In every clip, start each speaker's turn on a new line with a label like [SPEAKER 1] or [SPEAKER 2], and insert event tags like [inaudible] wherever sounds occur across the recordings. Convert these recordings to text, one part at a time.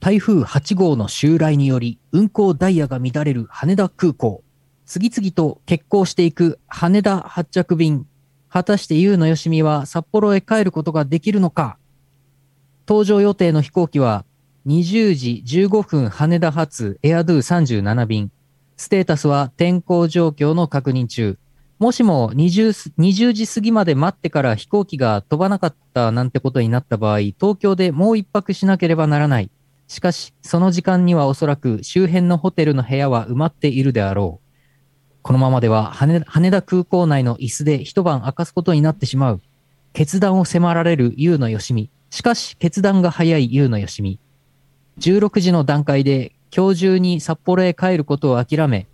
[SPEAKER 1] 台風8号の襲来により運航ダイヤが乱れる羽田空港。次々と欠航していく羽田発着便。果たして優のよしみは札幌へ帰ることができるのか搭乗予定の飛行機は20時15分羽田発エアドゥ37便。ステータスは天候状況の確認中。もしも 20, 20時過ぎまで待ってから飛行機が飛ばなかったなんてことになった場合、東京でもう一泊しなければならない。しかし、その時間にはおそらく周辺のホテルの部屋は埋まっているであろう。このままでは羽羽田空港内の椅子で一晩明かすことになってしまう。決断を迫られる優のよしみ。しかし、決断が早い優のよしみ。16時の段階で今日中に札幌へ帰ることを諦め、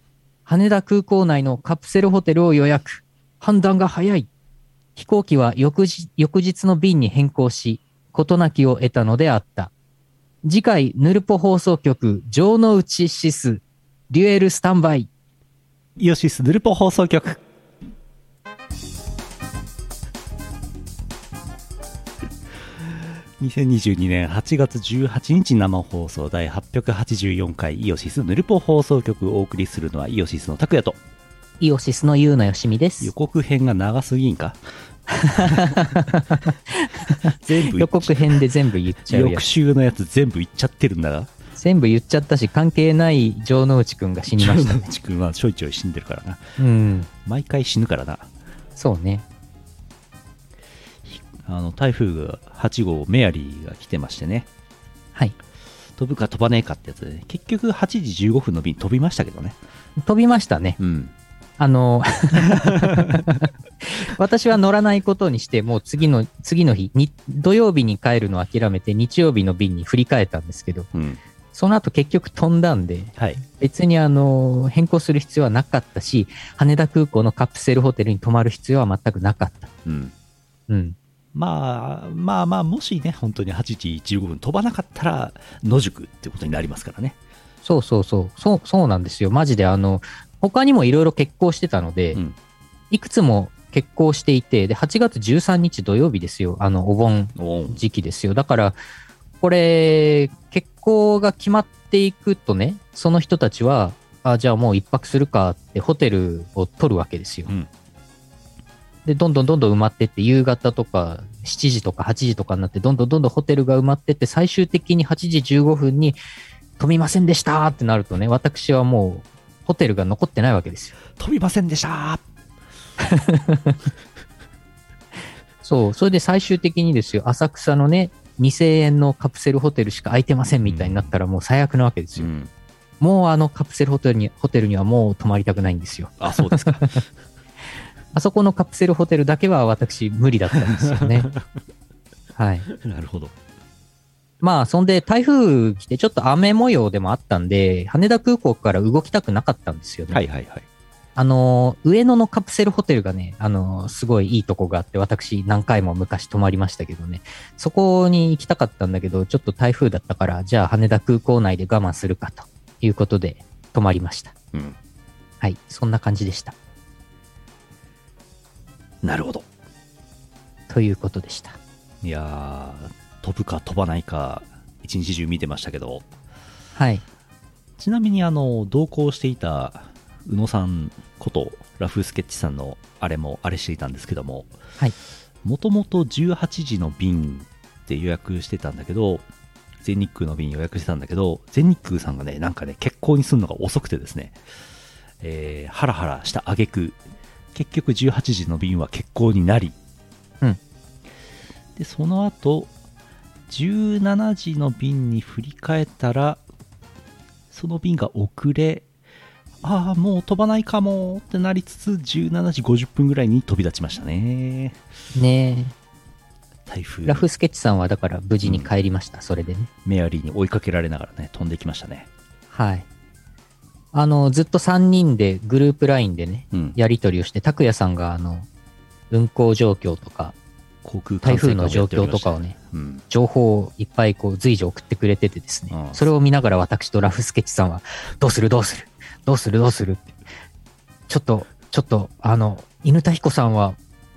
[SPEAKER 1] 羽田空港内のカプセルホテルを予約。判断が早い。飛行機は翌日翌日の便に変更し、事なきを得たのであった。次回、ヌルポ放送局、城之内シス、デュエルスタンバイ。
[SPEAKER 2] イオシスヌルポ放送局。2022年8月18日生放送第884回イオシスヌルポ放送局をお送りするのはイオシスの拓也と
[SPEAKER 1] イオシスの優のよしみです
[SPEAKER 2] 予。告編が長すぎ
[SPEAKER 1] [laughs]
[SPEAKER 2] んか全
[SPEAKER 1] 予
[SPEAKER 2] 部言っちゃ
[SPEAKER 1] 告編で全部言っちゃうや
[SPEAKER 2] 翌
[SPEAKER 1] つ。
[SPEAKER 2] 週のやつ全部言っちゃってるんだが
[SPEAKER 1] 全部言っちゃったし、関係ない城之内くんが死にま
[SPEAKER 2] [laughs]
[SPEAKER 1] した。
[SPEAKER 2] 城之内君はちょいちょい死んでるからな
[SPEAKER 1] うん。
[SPEAKER 2] 毎回死ぬからな
[SPEAKER 1] そうね。
[SPEAKER 2] あの台風が8号メアリーが来てましてね
[SPEAKER 1] はい。
[SPEAKER 2] 飛ぶか飛ばねえかってやつでね結局8時15分の便飛びましたけどね
[SPEAKER 1] 飛びましたね。
[SPEAKER 2] うん
[SPEAKER 1] あの、 [laughs] 私は乗らないことにして、もう次の、次の日に、土曜日に帰るのを諦めて、日曜日の便に振り替えたんですけど、
[SPEAKER 2] うん
[SPEAKER 1] その後結局飛んだんで、
[SPEAKER 2] はい
[SPEAKER 1] 別にあの、変更する必要はなかったし、羽田空港のカプセルホテルに泊まる必要は全くなかった。
[SPEAKER 2] うん
[SPEAKER 1] うん。
[SPEAKER 2] まあまあまあもしね本当に8時15分飛ばなかったら野宿ってことになりますからね
[SPEAKER 1] そうそうそう、そう、そうなんですよ。マジであの、他にもいろいろ欠航してたので、
[SPEAKER 2] うん
[SPEAKER 1] いくつも欠航していて、で、8月13日土曜日ですよ。あの、お盆
[SPEAKER 2] おう
[SPEAKER 1] 時期ですよ。だから、これ、結婚が決まっていくとね、その人たちは、あじゃあもう一泊するかってホテルを取るわけですよ。
[SPEAKER 2] うん
[SPEAKER 1] で、どんどんどんどん埋まってって、夕方とか7時とか8時とかになって、どんどんどんどんホテルが埋まってって、最終的に8時15分に飛びませんでしたってなるとね、私はもうホテルが残ってないわけですよ。
[SPEAKER 2] 飛びませんでした
[SPEAKER 1] そう、それで最終的にですよ、浅草のね、2000円のカプセルホテルしか空いてませんみたいになったらもう最悪なわけですよ。
[SPEAKER 2] ん
[SPEAKER 1] もうあのカプセルホテルにホテルにはもう泊まりたくないんですよ。
[SPEAKER 2] あそうですか
[SPEAKER 1] あそこのカプセルホテルだけは私無理だったんですよね。はい。
[SPEAKER 2] [laughs] なるほど
[SPEAKER 1] まあ、そんで台風来てちょっと雨模様でもあったんで、羽田空港から動きたくなかったんですよね。
[SPEAKER 2] [laughs] はいはいはい
[SPEAKER 1] あのー、上野のカプセルホテルがね、あのー、すごいいいとこがあって、私何回も昔泊まりましたけどね、そこに行きたかったんだけど、ちょっと台風だったから、じゃあ羽田空港内で我慢するかということで泊まりました。
[SPEAKER 2] うん
[SPEAKER 1] はい、そんな感じでした。
[SPEAKER 2] なるほど
[SPEAKER 1] ということでした。
[SPEAKER 2] いやー飛ぶか飛ばないか一日中見てましたけど
[SPEAKER 1] はい。
[SPEAKER 2] ちなみにあの同行していた宇野さんことラフスケッチさんのあれもあれしていたんですけども
[SPEAKER 1] はい
[SPEAKER 2] もともと18時の便で予約してたんだけど全日空の便予約してたんだけど全日空さんがねなんかね欠航にするのが遅くてですねえーハラハラした挙句結局18時の便は欠航になり、
[SPEAKER 1] うん
[SPEAKER 2] でその後17時の便に振り替えたらその便が遅れああもう飛ばないかもってなりつつ17時50分ぐらいに飛び立ちましたね
[SPEAKER 1] ね
[SPEAKER 2] 台風
[SPEAKER 1] え、ラフスケッチさんはだから無事に帰りました、それでね。
[SPEAKER 2] メアリーに追いかけられながらね飛んできましたね
[SPEAKER 1] はい。あの、ずっと3人でグループ LINE でね、
[SPEAKER 2] うん
[SPEAKER 1] やり取りをして、拓也さんがあの、運行状況とか、
[SPEAKER 2] 航空管
[SPEAKER 1] 台
[SPEAKER 2] 制
[SPEAKER 1] 風
[SPEAKER 2] 官
[SPEAKER 1] の
[SPEAKER 2] をや
[SPEAKER 1] 状
[SPEAKER 2] ってお
[SPEAKER 1] 況
[SPEAKER 2] りま
[SPEAKER 1] と
[SPEAKER 2] し
[SPEAKER 1] か
[SPEAKER 2] た
[SPEAKER 1] をね、
[SPEAKER 2] うん
[SPEAKER 1] 情報をいっぱいこう随時送ってくれててですね、
[SPEAKER 2] うん
[SPEAKER 1] それを見ながら私とラフスケッチさんは、どうするどうするどうするどうするってちょっと、ちょっと、あの、犬田彦さんは、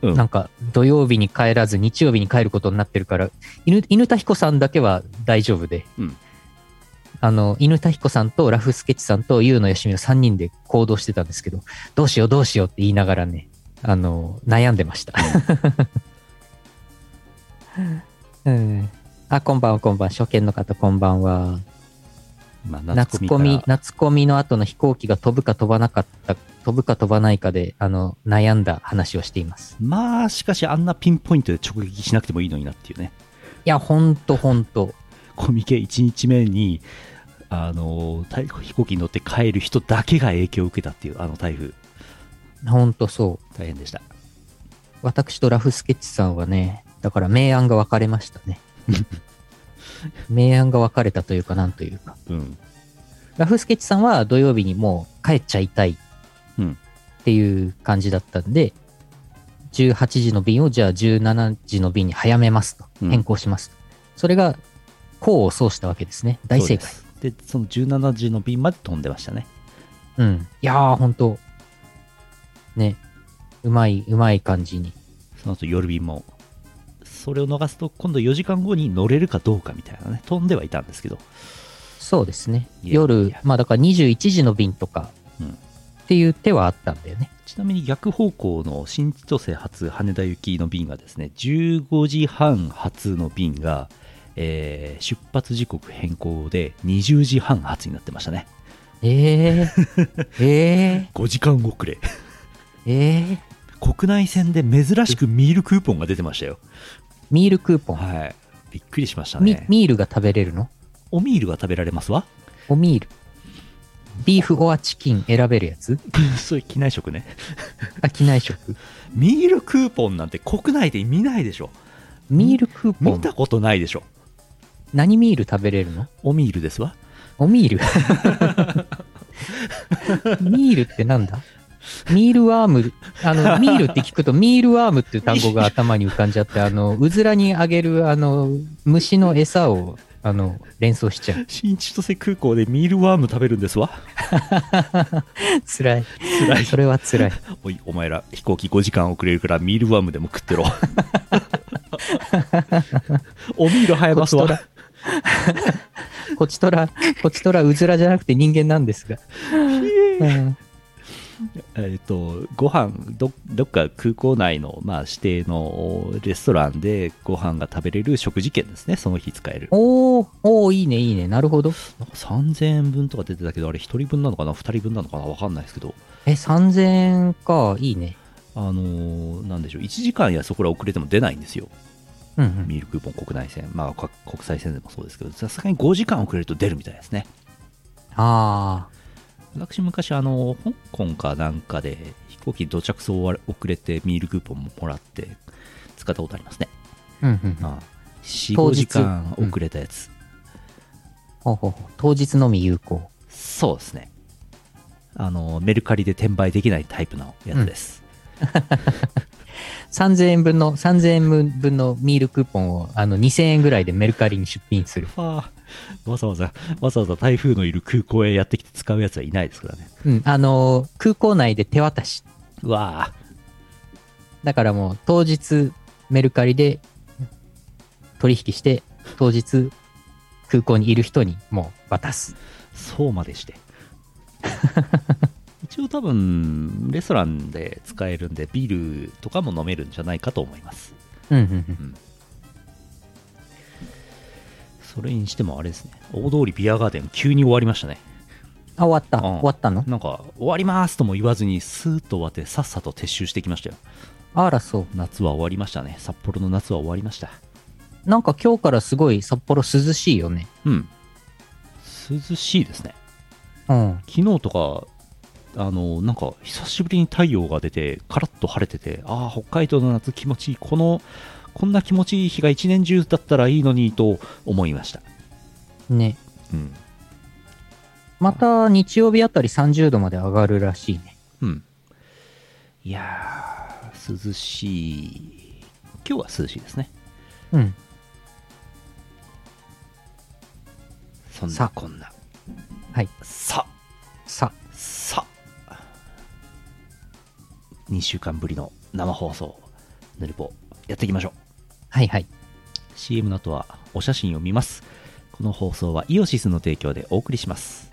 [SPEAKER 2] うん
[SPEAKER 1] なんか土曜日に帰らず日曜日に帰ることになってるから、犬犬田彦さんだけは大丈夫で、
[SPEAKER 2] うん
[SPEAKER 1] あの、犬田彦さんとラフスケッチさんと優のよしみの3人で行動してたんですけど、どうしようどうしようって言いながらね、あの、悩んでました。うん。あ、こんばんは、こんばんは。初見の方、こんばんは。
[SPEAKER 2] まあ、
[SPEAKER 1] 夏コミ、夏コミの後の飛行機が飛ぶか飛ばなかった、飛ぶか飛ばないかで、あの、悩んだ話をしています。
[SPEAKER 2] まあ、しかしあんなピンポイントで直撃しなくてもいいのになっていうね。
[SPEAKER 1] いや、ほんとほんと。
[SPEAKER 2] コミケ1日目に、あの、台飛行機に乗って帰る人だけが影響を受けたっていう、あの台風。
[SPEAKER 1] ほんとそう。
[SPEAKER 2] 大変でした。
[SPEAKER 1] 私とラフスケッチさんはね、だから明暗が分かれましたね。 [laughs] 明暗が分かれたというか、なんというか。
[SPEAKER 2] うん。
[SPEAKER 1] ラフスケッチさんは土曜日にもう帰っちゃいたい
[SPEAKER 2] うん
[SPEAKER 1] っていう感じだったんで、18時の便をじゃあ17時の便に早めますと。
[SPEAKER 2] うん
[SPEAKER 1] 変更しますと。それが、功を奏したわけですね。大正解。
[SPEAKER 2] そうです。で、その17時の便まで飛んでましたね。
[SPEAKER 1] うん。いやー、ほんと。ね。うまい、うまい感じに。
[SPEAKER 2] その後夜便も。それを逃すと、今度4時間後に乗れるかどうかみたいなね、飛んではいたんですけど。
[SPEAKER 1] そうですね。
[SPEAKER 2] いやい
[SPEAKER 1] 夜
[SPEAKER 2] や、
[SPEAKER 1] まあだから21時の便とか
[SPEAKER 2] うん
[SPEAKER 1] っていう手はあったんだよね。
[SPEAKER 2] ちなみに逆方向の新千歳発羽田行きの便がですね、15時半発の便が、えー出発時刻変更で20時半発になってましたね。
[SPEAKER 1] え
[SPEAKER 2] [laughs]
[SPEAKER 1] ー、え
[SPEAKER 2] 5時間遅れ。
[SPEAKER 1] ー、えー、
[SPEAKER 2] [laughs] 国内線で珍しくミールクーポンが出てましたよ。
[SPEAKER 1] ミールクーポン。
[SPEAKER 2] はい。びっくりしました
[SPEAKER 1] み
[SPEAKER 2] ね。
[SPEAKER 1] ミールが食べれるの
[SPEAKER 2] おミールが食べられま
[SPEAKER 1] [laughs]
[SPEAKER 2] すわ。
[SPEAKER 1] おミール。ビーフオアチキン選べるやつ [laughs]
[SPEAKER 2] そういう機内食ね。
[SPEAKER 1] あ、機内食。
[SPEAKER 2] ミールクーポンなんて国内で見ないでしょ。
[SPEAKER 1] ミールクーポ
[SPEAKER 2] 見
[SPEAKER 1] ン。
[SPEAKER 2] たことないでしょ。
[SPEAKER 1] 何ミール食べれるの
[SPEAKER 2] おミールですわ。
[SPEAKER 1] おミール。 [laughs] ミールってなんだミールワーム、あの、
[SPEAKER 2] [laughs]
[SPEAKER 1] ミールって聞くと、ミールワームっていう単語が頭に浮かんじゃって、あの、うずらにあげる、あの、虫の餌を、あの、連想しちゃう。
[SPEAKER 2] 新千歳空港でミールワーム食べるんですわ。
[SPEAKER 1] 辛い。
[SPEAKER 2] 辛い
[SPEAKER 1] [laughs] それは辛い。
[SPEAKER 2] おい、お前ら飛行機5時間遅れるからミールワームでも食ってろ。おミール早ますわ。
[SPEAKER 1] こちとら、こちとら、うずらじゃなくて人間なんですが。うん
[SPEAKER 2] えっと、ご飯ど、どっか空港内の、まあ、指定のレストランでご飯が食べれる食事券ですね、その日使える。
[SPEAKER 1] おー、おー、いいね、いいね。なるほど。
[SPEAKER 2] なんか3000円分とか出てたけど、あれ1人分なのかな、2人分なのかな、わかんないですけど、
[SPEAKER 1] え、3000円か。いいね。
[SPEAKER 2] あのーなんでしょう、1時間やそこら遅れても出ないんですよ、
[SPEAKER 1] うん、うん。
[SPEAKER 2] ミールクーポン国内線、まあ、か国際線でもそうですけど、さすがに5時間遅れると出るみたいですね。
[SPEAKER 1] あ
[SPEAKER 2] 私昔あの香港かなんかで飛行機到着そうわ遅れてミールクーポンももらって使ったことありますね、
[SPEAKER 1] ー。うん、うん。
[SPEAKER 2] ああ
[SPEAKER 1] 当
[SPEAKER 2] 45
[SPEAKER 1] 日
[SPEAKER 2] 時間遅れたやつ、
[SPEAKER 1] ほうほうほう。当日のみ有効。
[SPEAKER 2] そうですねあのメルカリで転売できないタイプのやつです、
[SPEAKER 1] 3000円分の、3000円分のミールクーポンを、あの、2000円ぐらいでメルカリに出品する。
[SPEAKER 2] ああわざわざわざわざ台風のいる空港へやってきて使うやつはいないですからね
[SPEAKER 1] うん。あのー、空港内で手渡し。
[SPEAKER 2] うわあ
[SPEAKER 1] だからもう、当日、メルカリで取引して、当日、空港にいる人にもう渡す。
[SPEAKER 2] そうまでして [laughs] 一応多分レストランで使えるんでビールとかも飲めるんじゃないかと思います
[SPEAKER 1] うん、うん、うん。
[SPEAKER 2] それにしてもあれですね大通りビアガーデン急に終わりましたね
[SPEAKER 1] あ、終わった。
[SPEAKER 2] うん
[SPEAKER 1] 終わったの
[SPEAKER 2] なんか終わりますとも言わずにスーッと終わってさっさと撤収してきましたよ
[SPEAKER 1] あら、そう。
[SPEAKER 2] 夏は終わりましたね札幌の夏は終わりました
[SPEAKER 1] なんか今日からすごい札幌涼しいよね。
[SPEAKER 2] うん涼しいですね
[SPEAKER 1] うん。
[SPEAKER 2] 昨日とかあのなんか久しぶりに太陽が出てカラッと晴れててああ北海道の夏気持ちいいこのこんな気持ちいい日が一年中だったらいいのにと思いました
[SPEAKER 1] ね。
[SPEAKER 2] うん
[SPEAKER 1] また日曜日あたり30度まで上がるらしいね。
[SPEAKER 2] うん。いやー、涼しい。今日は涼しいですね。
[SPEAKER 1] うん。
[SPEAKER 2] そんな
[SPEAKER 1] さ
[SPEAKER 2] こんな。
[SPEAKER 1] はい。
[SPEAKER 2] さ、
[SPEAKER 1] さ、
[SPEAKER 2] さ。2週間ぶりの生放送、ぬるぽ、やっていきましょう。
[SPEAKER 1] はいはい。
[SPEAKER 2] CM の後はお写真を見ます。ここの放送はイオシスの提供でお送りします。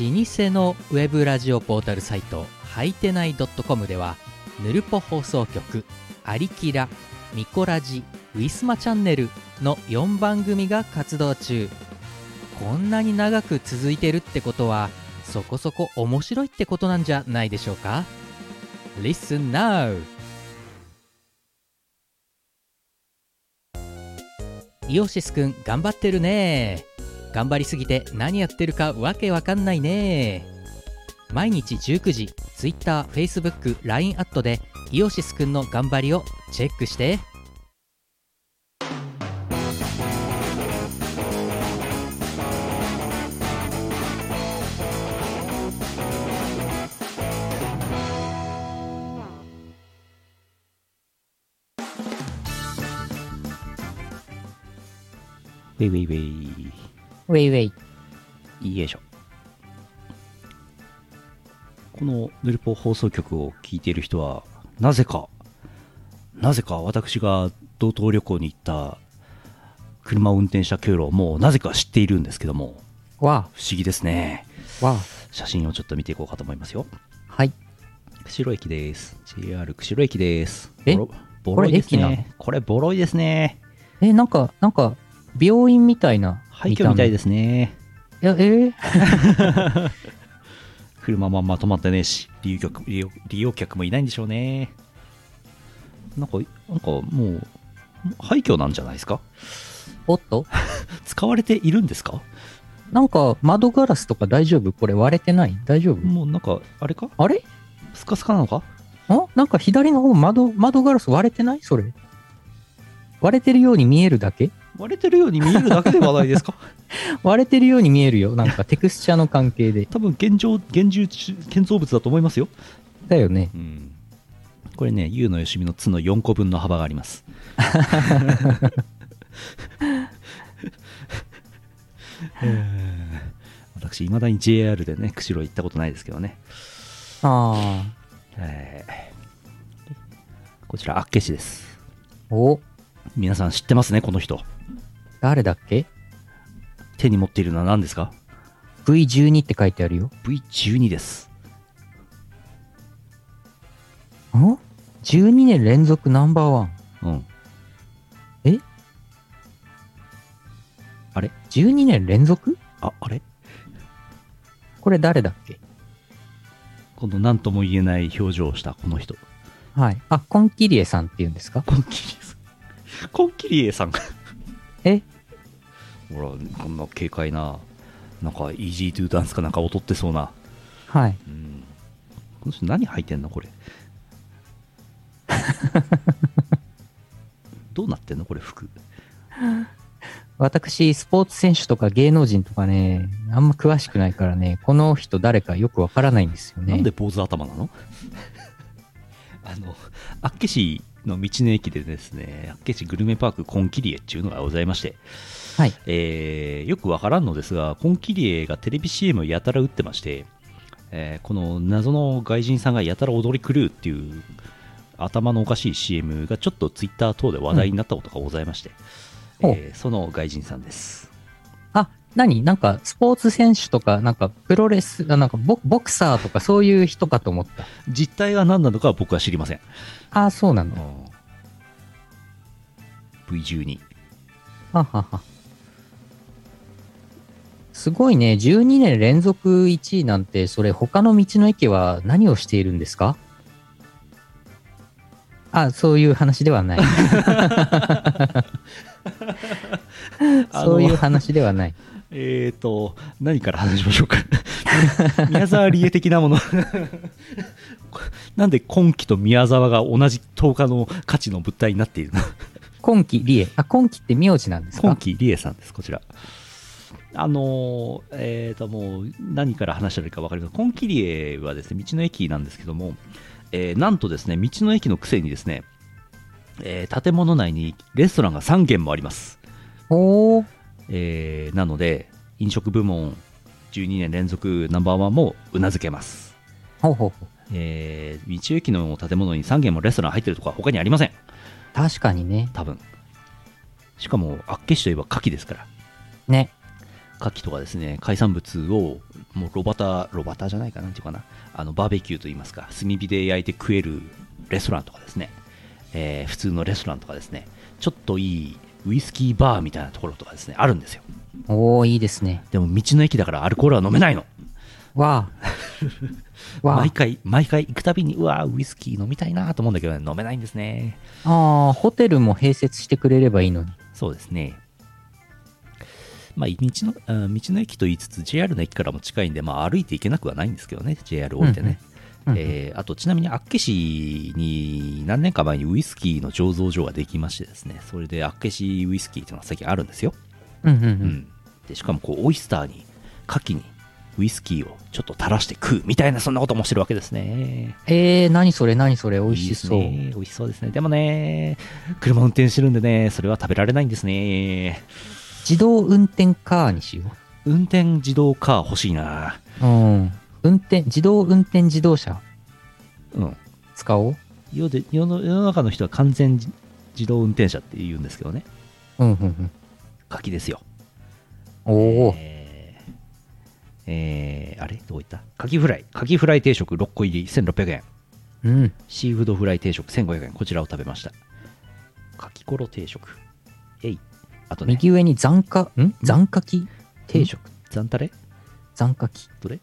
[SPEAKER 1] 老舗のウェブラジオポータルサイトはいてない .com ではぬるぽ放送局「アリキラ」「ミコラジ」「ウィスマチャンネル」の4番組が活動中こんなに長く続いてるってことはそこそこ面白いってことなんじゃないでしょうか Listen now! イオシスくん頑張ってるね頑張りすぎて何やってるかわけわかんないね毎日19時 TwitterFacebookLINE アットでイオシスくんの頑張りをチェックして
[SPEAKER 2] ウェイウェイ
[SPEAKER 1] ウ
[SPEAKER 2] ウェ
[SPEAKER 1] ェイウェイ
[SPEAKER 2] イ。よいしょ。このヌルポ放送局を聞いている人は、なぜか、なぜか私が道東旅行に行った車を運転した経路をもうなぜか知っているんですけども、
[SPEAKER 1] わ
[SPEAKER 2] 不思議ですね。
[SPEAKER 1] あわ
[SPEAKER 2] 写真をちょっと見ていこうかと思いますよ。
[SPEAKER 1] あはい
[SPEAKER 2] 釧路駅です。JR 釧路駅です。
[SPEAKER 1] え
[SPEAKER 2] ボロボロいです
[SPEAKER 1] これ駅
[SPEAKER 2] ね。これボロいですね。
[SPEAKER 1] えなんかなんか病院みたいな
[SPEAKER 2] 廃墟みたいですね。
[SPEAKER 1] すいやえー
[SPEAKER 2] 車もあんま止まってねえし利用客利用利用客もいないんでしょうねなんかなんかもう廃墟なんじゃないですか
[SPEAKER 1] おっと
[SPEAKER 2] 使われているんですか
[SPEAKER 1] なんか窓ガラスとか大丈夫これ割れてない大丈夫
[SPEAKER 2] もうなんかあれか
[SPEAKER 1] あれ
[SPEAKER 2] スカスカなのか
[SPEAKER 1] あなんか左の方窓窓ガラス割れてないそれ割れてるように見えるだけ
[SPEAKER 2] 割れてるように見えるだけで話題 [laughs] ですか
[SPEAKER 1] 割れてるように見えるよなんかテクスチャーの関係で
[SPEAKER 2] 多分現状現住建造物だと思いますよ
[SPEAKER 1] だよね
[SPEAKER 2] うんこれね、優のよしみのつの4個分の幅があります。えー [laughs] 私、いまだに JR でね、釧路行ったことないですけどね。
[SPEAKER 1] あ
[SPEAKER 2] えーこちら、あっけ市です。
[SPEAKER 1] あお
[SPEAKER 2] 皆さん知ってますね、この人。
[SPEAKER 1] 誰だっけ
[SPEAKER 2] 手に持っているのは何ですか
[SPEAKER 1] V12 って書いてあるよ
[SPEAKER 2] ?V12 です。
[SPEAKER 1] ん ?12 年連続ナンバーワン
[SPEAKER 2] うん。
[SPEAKER 1] 12年連続
[SPEAKER 2] あ、あれ
[SPEAKER 1] これ誰だっけ
[SPEAKER 2] この何とも言えない表情をしたこの人。
[SPEAKER 1] はいあコンキリエさんっていうんですか
[SPEAKER 2] コンキリエさん。コンキリエさんが。
[SPEAKER 1] え
[SPEAKER 2] ほら、こんな軽快な、なんか、イージートゥーダンスかなんか踊ってそうな。
[SPEAKER 1] はい
[SPEAKER 2] うん。この人何履いてんのこれ。どうなってんのこれ服。
[SPEAKER 1] 私スポーツ選手とか芸能人とかねあんま詳しくないからねこの人誰かよくわからないんですよね
[SPEAKER 2] なんで坊主頭なのあの、厚岸の道の駅でですね、厚岸グルメパークコンキリエっていうのがございまして、
[SPEAKER 1] はい
[SPEAKER 2] えーよくわからんのですが、コンキリエがテレビ CM をやたら打ってまして、えーこの謎の外人さんがやたら踊り狂うっていう頭のおかしい CM がちょっとツイッター等で話題になったことがございまして、
[SPEAKER 1] うん
[SPEAKER 2] えーその外人さんです。
[SPEAKER 1] あ、何なんか、スポーツ選手とか、なんか、プロレス、あなんかボ、ボクサーとか、そういう人かと思った。
[SPEAKER 2] 実態が何なのかは僕は知りません。
[SPEAKER 1] あ、そうなの。
[SPEAKER 2] V12。
[SPEAKER 1] ははは。すごいね。12年連続1位なんて、それ、他の道の駅は何をしているんですかあ、そういう話では
[SPEAKER 2] [laughs]
[SPEAKER 1] ない。
[SPEAKER 2] あの
[SPEAKER 1] そういう話ではない。
[SPEAKER 2] えーと、何から話しましょうか。 [laughs] 宮沢りえ的なもの。なんで今期と宮沢が同じ10日の価値の物体になっているの
[SPEAKER 1] 今期、理恵。あ、今期って名字なんです
[SPEAKER 2] 今
[SPEAKER 1] か
[SPEAKER 2] 期りえさんです、こちら。あのーえーと、もう何から話したらいいか分かりません。今期りえはですね、道の駅なんですけども、えーなんとですね、道の駅のくせにですね、えー建物内にレストランが3軒もあります。
[SPEAKER 1] おー。
[SPEAKER 2] えーなので飲食部門12年連続ナンバーワンもうなずけます
[SPEAKER 1] ほうほうほう。
[SPEAKER 2] えー道駅の建物に3軒もレストラン入ってるとこは他にありません
[SPEAKER 1] 確かにね。
[SPEAKER 2] 多分しかも厚岸といえば牡蠣ですから
[SPEAKER 1] ね。
[SPEAKER 2] 牡蠣とかですね海産物をもうロバタロバタじゃないかなんていうかなあのバーベキューといいますか炭火で焼いて食えるレストランとかですね、えー普通のレストランとかですねちょっといいウイスキーバーみたいなところとかですねあるんですよ
[SPEAKER 1] おー、いいですね。
[SPEAKER 2] でも道の駅だからアルコールは飲めないの
[SPEAKER 1] わ
[SPEAKER 2] [laughs]
[SPEAKER 1] あ。わ
[SPEAKER 2] 毎回毎回行くたびにうわーウイスキー飲みたいなと思うんだけど、ね、飲めないんですね
[SPEAKER 1] あ。ああ、ホテルも併設してくれればいいのに。
[SPEAKER 2] そうですね。まあ、道の、あ道の駅と言いつつ、JR の駅からも近いんで、まあ、歩いて行けなくはないんですけどね、JR 降りてね。
[SPEAKER 1] うんうん
[SPEAKER 2] えーあと、ちなみに、厚岸に何年か前にウイスキーの醸造所ができましてですね、それで厚岸ウイスキーっていうのが最近あるんですよ。
[SPEAKER 1] うんうんう。
[SPEAKER 2] うんん。で、しかも、こう、オイスターに、牡蠣に、ウイスキーをちょっと垂らして食うみたいな、そんなこともしてるわけですね。
[SPEAKER 1] えー、何それ何それ美味しそう。
[SPEAKER 2] いいですね美味しそうですね。でもね、車運転してるんでね、それは食べられないんですね。
[SPEAKER 1] 自動運転カーにしよ
[SPEAKER 2] 運転自動カー欲しいな
[SPEAKER 1] う。うん。運転、自動運転自動車
[SPEAKER 2] うん
[SPEAKER 1] 使おう。
[SPEAKER 2] 世で世の世の中の人は完全自自動運転車って言うんですけどね
[SPEAKER 1] うんうん
[SPEAKER 2] ガキですよ
[SPEAKER 1] うん。おお、
[SPEAKER 2] えーえーあれどこ行ったカキフライカキフライ定食6個入り1600円
[SPEAKER 1] うん。
[SPEAKER 2] シーフードフライ定食1500円こちらを食べましたカキコロ定食えいあとね
[SPEAKER 1] 右上に残価、ん残価機定食。
[SPEAKER 2] 残タレ
[SPEAKER 1] 残価機。
[SPEAKER 2] どれ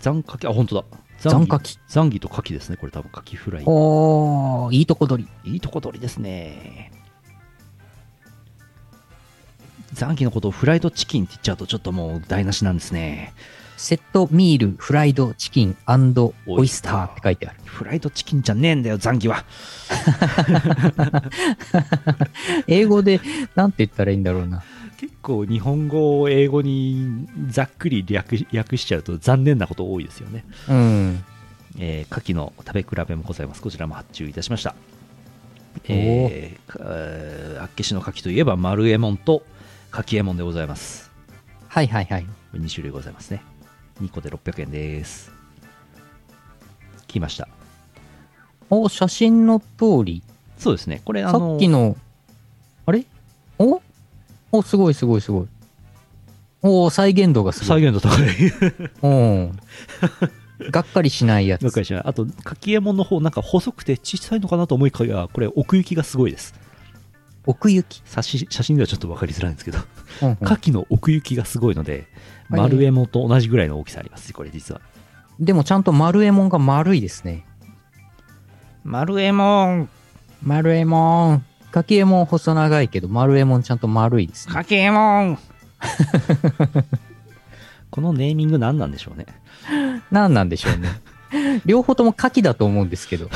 [SPEAKER 2] 残カキあ本当だ
[SPEAKER 1] 残
[SPEAKER 2] カ
[SPEAKER 1] 価
[SPEAKER 2] キ
[SPEAKER 1] 機。
[SPEAKER 2] 残ギとカキですねこれ多分カキフライ
[SPEAKER 1] おー、いいとこ取り。
[SPEAKER 2] いいとこ取りですね。残機のことをフライドチキンって言っちゃうとちょっともう台無しなんですね。
[SPEAKER 1] セットミール、フライド、チキン、オイスターって書いて
[SPEAKER 2] [laughs]
[SPEAKER 1] ある。
[SPEAKER 2] フライドチキンじゃねえんだよ、残機は。
[SPEAKER 1] 英語で、なんて言ったらいいんだろうな。
[SPEAKER 2] 結構日本語を英語にざっくり略略しちゃうと残念なこと多いですよね。
[SPEAKER 1] うん。
[SPEAKER 2] えー、牡蠣の食べ比べもございます。こちらも発注いたしました。
[SPEAKER 1] おー
[SPEAKER 2] えーかえー、厚岸の牡蠣といえば丸右衛門と柿右衛門でございます。
[SPEAKER 1] はいはいはい。
[SPEAKER 2] 2種類ございますね2個で600円です来ました
[SPEAKER 1] お、写真の通り。
[SPEAKER 2] そうですねこれあ
[SPEAKER 1] さ
[SPEAKER 2] の
[SPEAKER 1] っきの、あれおお、すごいすごいすごい。お再現度がすごい。
[SPEAKER 2] 再現度高い
[SPEAKER 1] うん。 [laughs] がっかりしないや
[SPEAKER 2] 了
[SPEAKER 1] つ。
[SPEAKER 2] 解しましたあと柿右衛門の方なんか細くて小さいのかなと思いきやこれ奥行きがすごいです
[SPEAKER 1] 奥行き。
[SPEAKER 2] 写真写真ではちょっと分かりづらいんですけど
[SPEAKER 1] うんうん
[SPEAKER 2] 牡蠣の奥行きがすごいので
[SPEAKER 1] はい
[SPEAKER 2] 丸右衛門と同じぐらいの大きさありますこれ実は
[SPEAKER 1] でもちゃんと丸えもんが丸いですね。
[SPEAKER 2] 丸右衛門
[SPEAKER 1] 丸えもん。かきえもん細長いけど、丸えもんちゃんと丸いですね。
[SPEAKER 2] 柿右衛門このネーミング何なんでしょうね
[SPEAKER 1] なんなんでしょう
[SPEAKER 2] [laughs]
[SPEAKER 1] ね。両方とも牡蠣だと思うんですけど。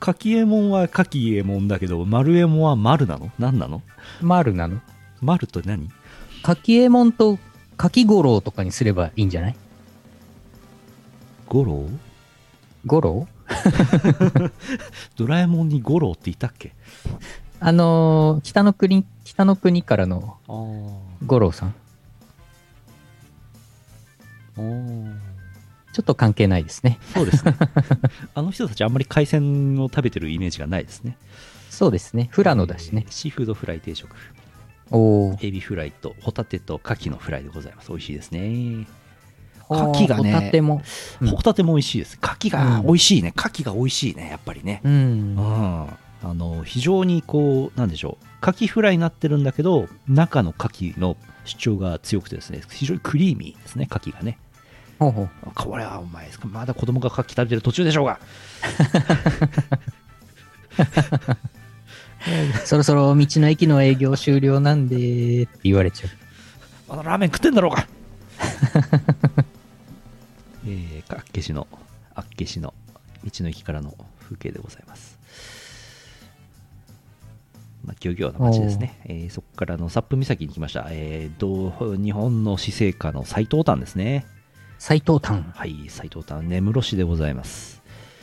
[SPEAKER 2] 柿右衛門は柿右衛門だけど丸右衛門は丸なの何なの
[SPEAKER 1] 丸なの
[SPEAKER 2] 丸と何
[SPEAKER 1] かきえもんとかきごろうとかにすればいいんじゃない
[SPEAKER 2] 五郎
[SPEAKER 1] ごろう
[SPEAKER 2] ドラえもんに五郎っていたっけ
[SPEAKER 1] あのー北の国、北の国からの
[SPEAKER 2] ああ
[SPEAKER 1] 五郎さん。ちょっと関係ないですね。
[SPEAKER 2] そうですね [laughs] あの人たちあんまり海鮮を食べてるイメージがないですね
[SPEAKER 1] そうですね。富良野だしね
[SPEAKER 2] えー。シーフードフライ定食
[SPEAKER 1] おー
[SPEAKER 2] エビフライとホタテと牡蠣のフライでございます美味しいですね牡蠣がね
[SPEAKER 1] ホタテも。うん
[SPEAKER 2] ホタテも美味しいです牡蠣が
[SPEAKER 1] うん
[SPEAKER 2] 美味しいね牡蠣が美味しいねやっぱりね
[SPEAKER 1] うん
[SPEAKER 2] う。ん、あの非常にこうなんでしょうカキフライになってるんだけど中のカキの主張が強くてですね非常にクリーミーですねカキがね
[SPEAKER 1] ほうほう。
[SPEAKER 2] これはお前ですかまだ子供がカキ食べてる途中でしょうが
[SPEAKER 1] そろそろ道の駅の営業終了なんでーって言われちゃう。
[SPEAKER 2] まだラーメン食ってんだろうがえー、厚岸の厚岸の道の駅からの風景でございますまあ、漁業の町ですね、えーそこからのサップ岬に来ました、えーどう日本の市政下の最東端ですね
[SPEAKER 1] 斎藤丹。
[SPEAKER 2] はい最東端根室市でございます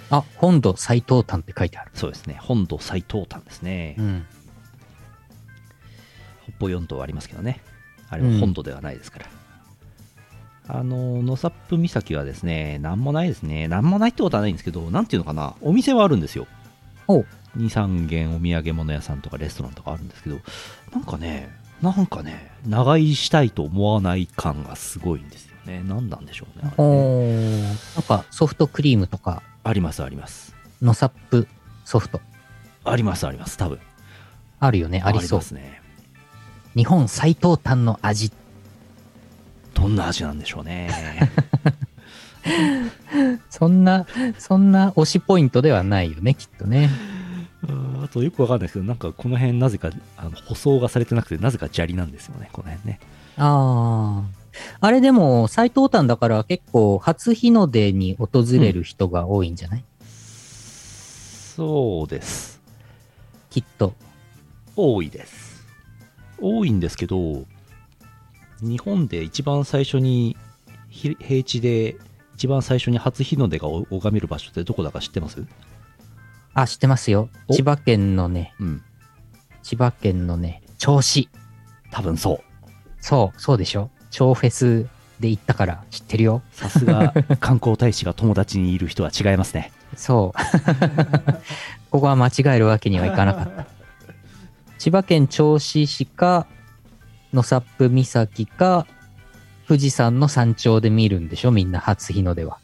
[SPEAKER 1] あ、本土斎藤丹って書いてある。
[SPEAKER 2] そうですね本土最東端ですね、
[SPEAKER 1] うん。
[SPEAKER 2] 北方四島はありますけどねあれは本土ではないですから、あの、野サップ岬はですね、なんもないですね。なんもないってことはないんですけど、なんていうのかな、お店はあるんですよ。
[SPEAKER 1] おう
[SPEAKER 2] 2、3軒お土産物屋さんとかレストランとかあるんですけど、なんかね、なんかね、長居したいと思わない感がすごいんですよね。なんなんでしょうね。あれね
[SPEAKER 1] おーなんかソフトクリームとか、
[SPEAKER 2] あります、あります。
[SPEAKER 1] のサップソフト。
[SPEAKER 2] あります、あります、多分。
[SPEAKER 1] あるよね、ありそ
[SPEAKER 2] ま
[SPEAKER 1] う。
[SPEAKER 2] すね。
[SPEAKER 1] 日本最東端の味。
[SPEAKER 2] どんな味なんでしょうね。
[SPEAKER 1] そんな、そんな推しポイントではないよね、きっとね。
[SPEAKER 2] [laughs] うーんあとよくわかんないですけど、なんかこの辺なぜかあの舗装がされてなくて、なぜか砂利なんですよね、この辺ね。
[SPEAKER 1] ああ。あれでも、最東端だから結構、初日の出に訪れる人が多いんじゃない、
[SPEAKER 2] そうです。
[SPEAKER 1] きっと。
[SPEAKER 2] 多いです多いんですけど日本で一番最初にひ平地で一番最初に初日の出がお拝める場所ってどこだか知ってます
[SPEAKER 1] あ、知ってますよ。
[SPEAKER 2] お
[SPEAKER 1] 千葉県のね、
[SPEAKER 2] うん
[SPEAKER 1] 千葉県のね、銚子。
[SPEAKER 2] 多分そう
[SPEAKER 1] そう、そうでしょ。超フェスで行ったから知ってるよ。
[SPEAKER 2] さす [laughs] が観光大使が友達にいる人は違いますね
[SPEAKER 1] そう。 [laughs] ここは間違えるわけにはいかな
[SPEAKER 2] [laughs]
[SPEAKER 1] かった。千葉県銚子市か、野サップ岬か、富士山の山頂で見るんでしょみんな初日の出は。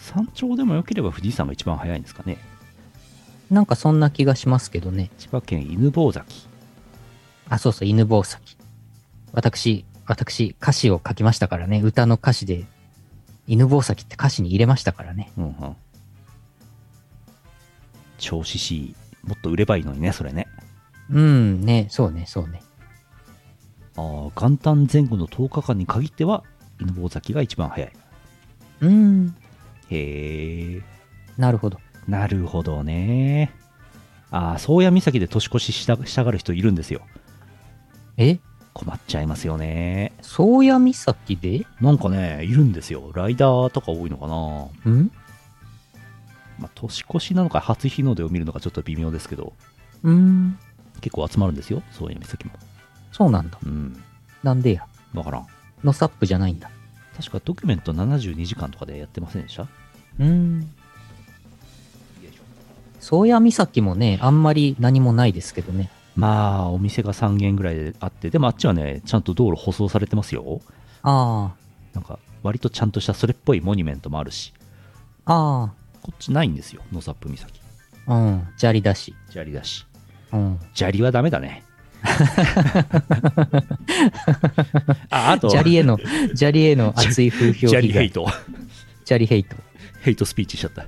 [SPEAKER 2] 山頂でもよければ富士山が一番早いんですかね
[SPEAKER 1] なんかそんな気がしますけどね。
[SPEAKER 2] 千葉県犬吠埼
[SPEAKER 1] あ、そうそう、犬吠埼。私、私、歌詞を書きましたからね。歌の歌詞で、犬吠埼って歌詞に入れましたからね。
[SPEAKER 2] うんうん銚子市もっと売ればいいのにねそれね
[SPEAKER 1] うん、ね、そうね、そうね。
[SPEAKER 2] あー元旦前後の10日間に限っては犬吠埼が一番早い
[SPEAKER 1] うん、
[SPEAKER 2] へえ、
[SPEAKER 1] なるほど。
[SPEAKER 2] なるほどね。ああ、宗谷岬で年越ししたしたがる人いるんですよ。
[SPEAKER 1] え
[SPEAKER 2] 困っちゃいますよね。
[SPEAKER 1] 宗谷岬で
[SPEAKER 2] なんかね、いるんですよ。ライダーとか多いのかな。
[SPEAKER 1] ん
[SPEAKER 2] まあ、年越しなのか初日の出を見るのかちょっと微妙ですけど、
[SPEAKER 1] うん、
[SPEAKER 2] 結構集まるんですよ、宗谷岬も。
[SPEAKER 1] そうなんだ。
[SPEAKER 2] うん、
[SPEAKER 1] なんでや。
[SPEAKER 2] わからん。
[SPEAKER 1] のサップじゃないんだ。
[SPEAKER 2] 確かドキュメント72時間とかでやってませんでした
[SPEAKER 1] うん。宗谷岬もね、あんまり何もないですけどね。
[SPEAKER 2] まあ、お店が3軒ぐらいであって、でもあっちはね、ちゃんと道路舗装されてますよ。
[SPEAKER 1] あ
[SPEAKER 2] なんか、割とちゃんとしたそれっぽいモニュメントもあるし、
[SPEAKER 1] あ、あ
[SPEAKER 2] こっちないんですよ、ノサップ岬。
[SPEAKER 1] あ、うん、砂利だし。
[SPEAKER 2] 砂利だし。
[SPEAKER 1] うん。
[SPEAKER 2] 砂利はダメ
[SPEAKER 1] [laughs]
[SPEAKER 2] だね。ああと、
[SPEAKER 1] 砂利への、砂利への熱い風評 [laughs]
[SPEAKER 2] 砂
[SPEAKER 1] 被
[SPEAKER 2] 利ヘイ
[SPEAKER 1] 害。
[SPEAKER 2] ト。
[SPEAKER 1] 砂利ヘイト。
[SPEAKER 2] ヘイトスピーチしちゃった。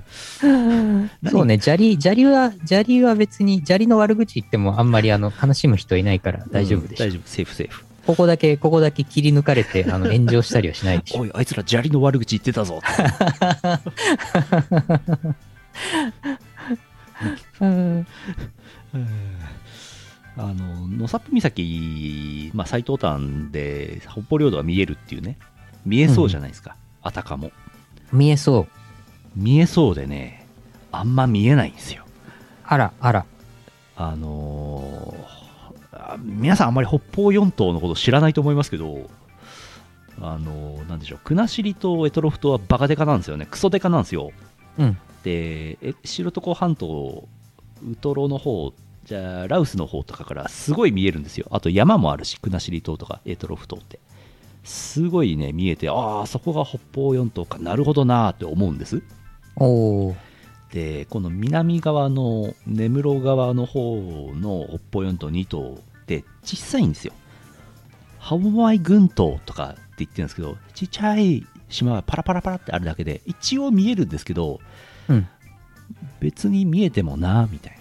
[SPEAKER 1] そうね、砂利、砂利は、砂利は別に、砂利の悪口言ってもあんまりあの、悲しむ人いないから大丈夫でしょ。
[SPEAKER 2] うん大丈夫、セーフセーフ。
[SPEAKER 1] ここだけ、ここだけ切り抜かれて、あの、炎上したりはしない
[SPEAKER 2] [laughs]
[SPEAKER 1] でしょ。
[SPEAKER 2] おい、あいつら砂利の悪口言ってたぞ。
[SPEAKER 1] うん
[SPEAKER 2] あの、野サップ岬、まあ、最東端で北方領土が見えるっていうね、見えそうじゃないですか、あたかも。
[SPEAKER 1] 見えそう。
[SPEAKER 2] 見えそうでね、あんま見えないんですよ。
[SPEAKER 1] あら、あら。
[SPEAKER 2] あのーあ皆さんあんまり北方四島のこと知らないと思いますけど、あのーなんでしょう、国後島、択捉島はバカデカなんですよね、クソデカなんですよ。
[SPEAKER 1] うん。
[SPEAKER 2] で、え知床半島、ウトロの方、じゃあ、ラウスの方とかからすごい見えるんですよ。あと山もあるし、国後島とか択捉島って。すごいね、見えて、ああ、そこが北方四島か、なるほどなーって思うんです。
[SPEAKER 1] おー。
[SPEAKER 2] でこの南側の根室側の方の北方四島2島って小さいんですよハオマイ群島とかって言ってるんですけどちっちゃい島がパラパラパラってあるだけで一応見えるんですけど
[SPEAKER 1] うん。
[SPEAKER 2] 別に見えてもなみたいな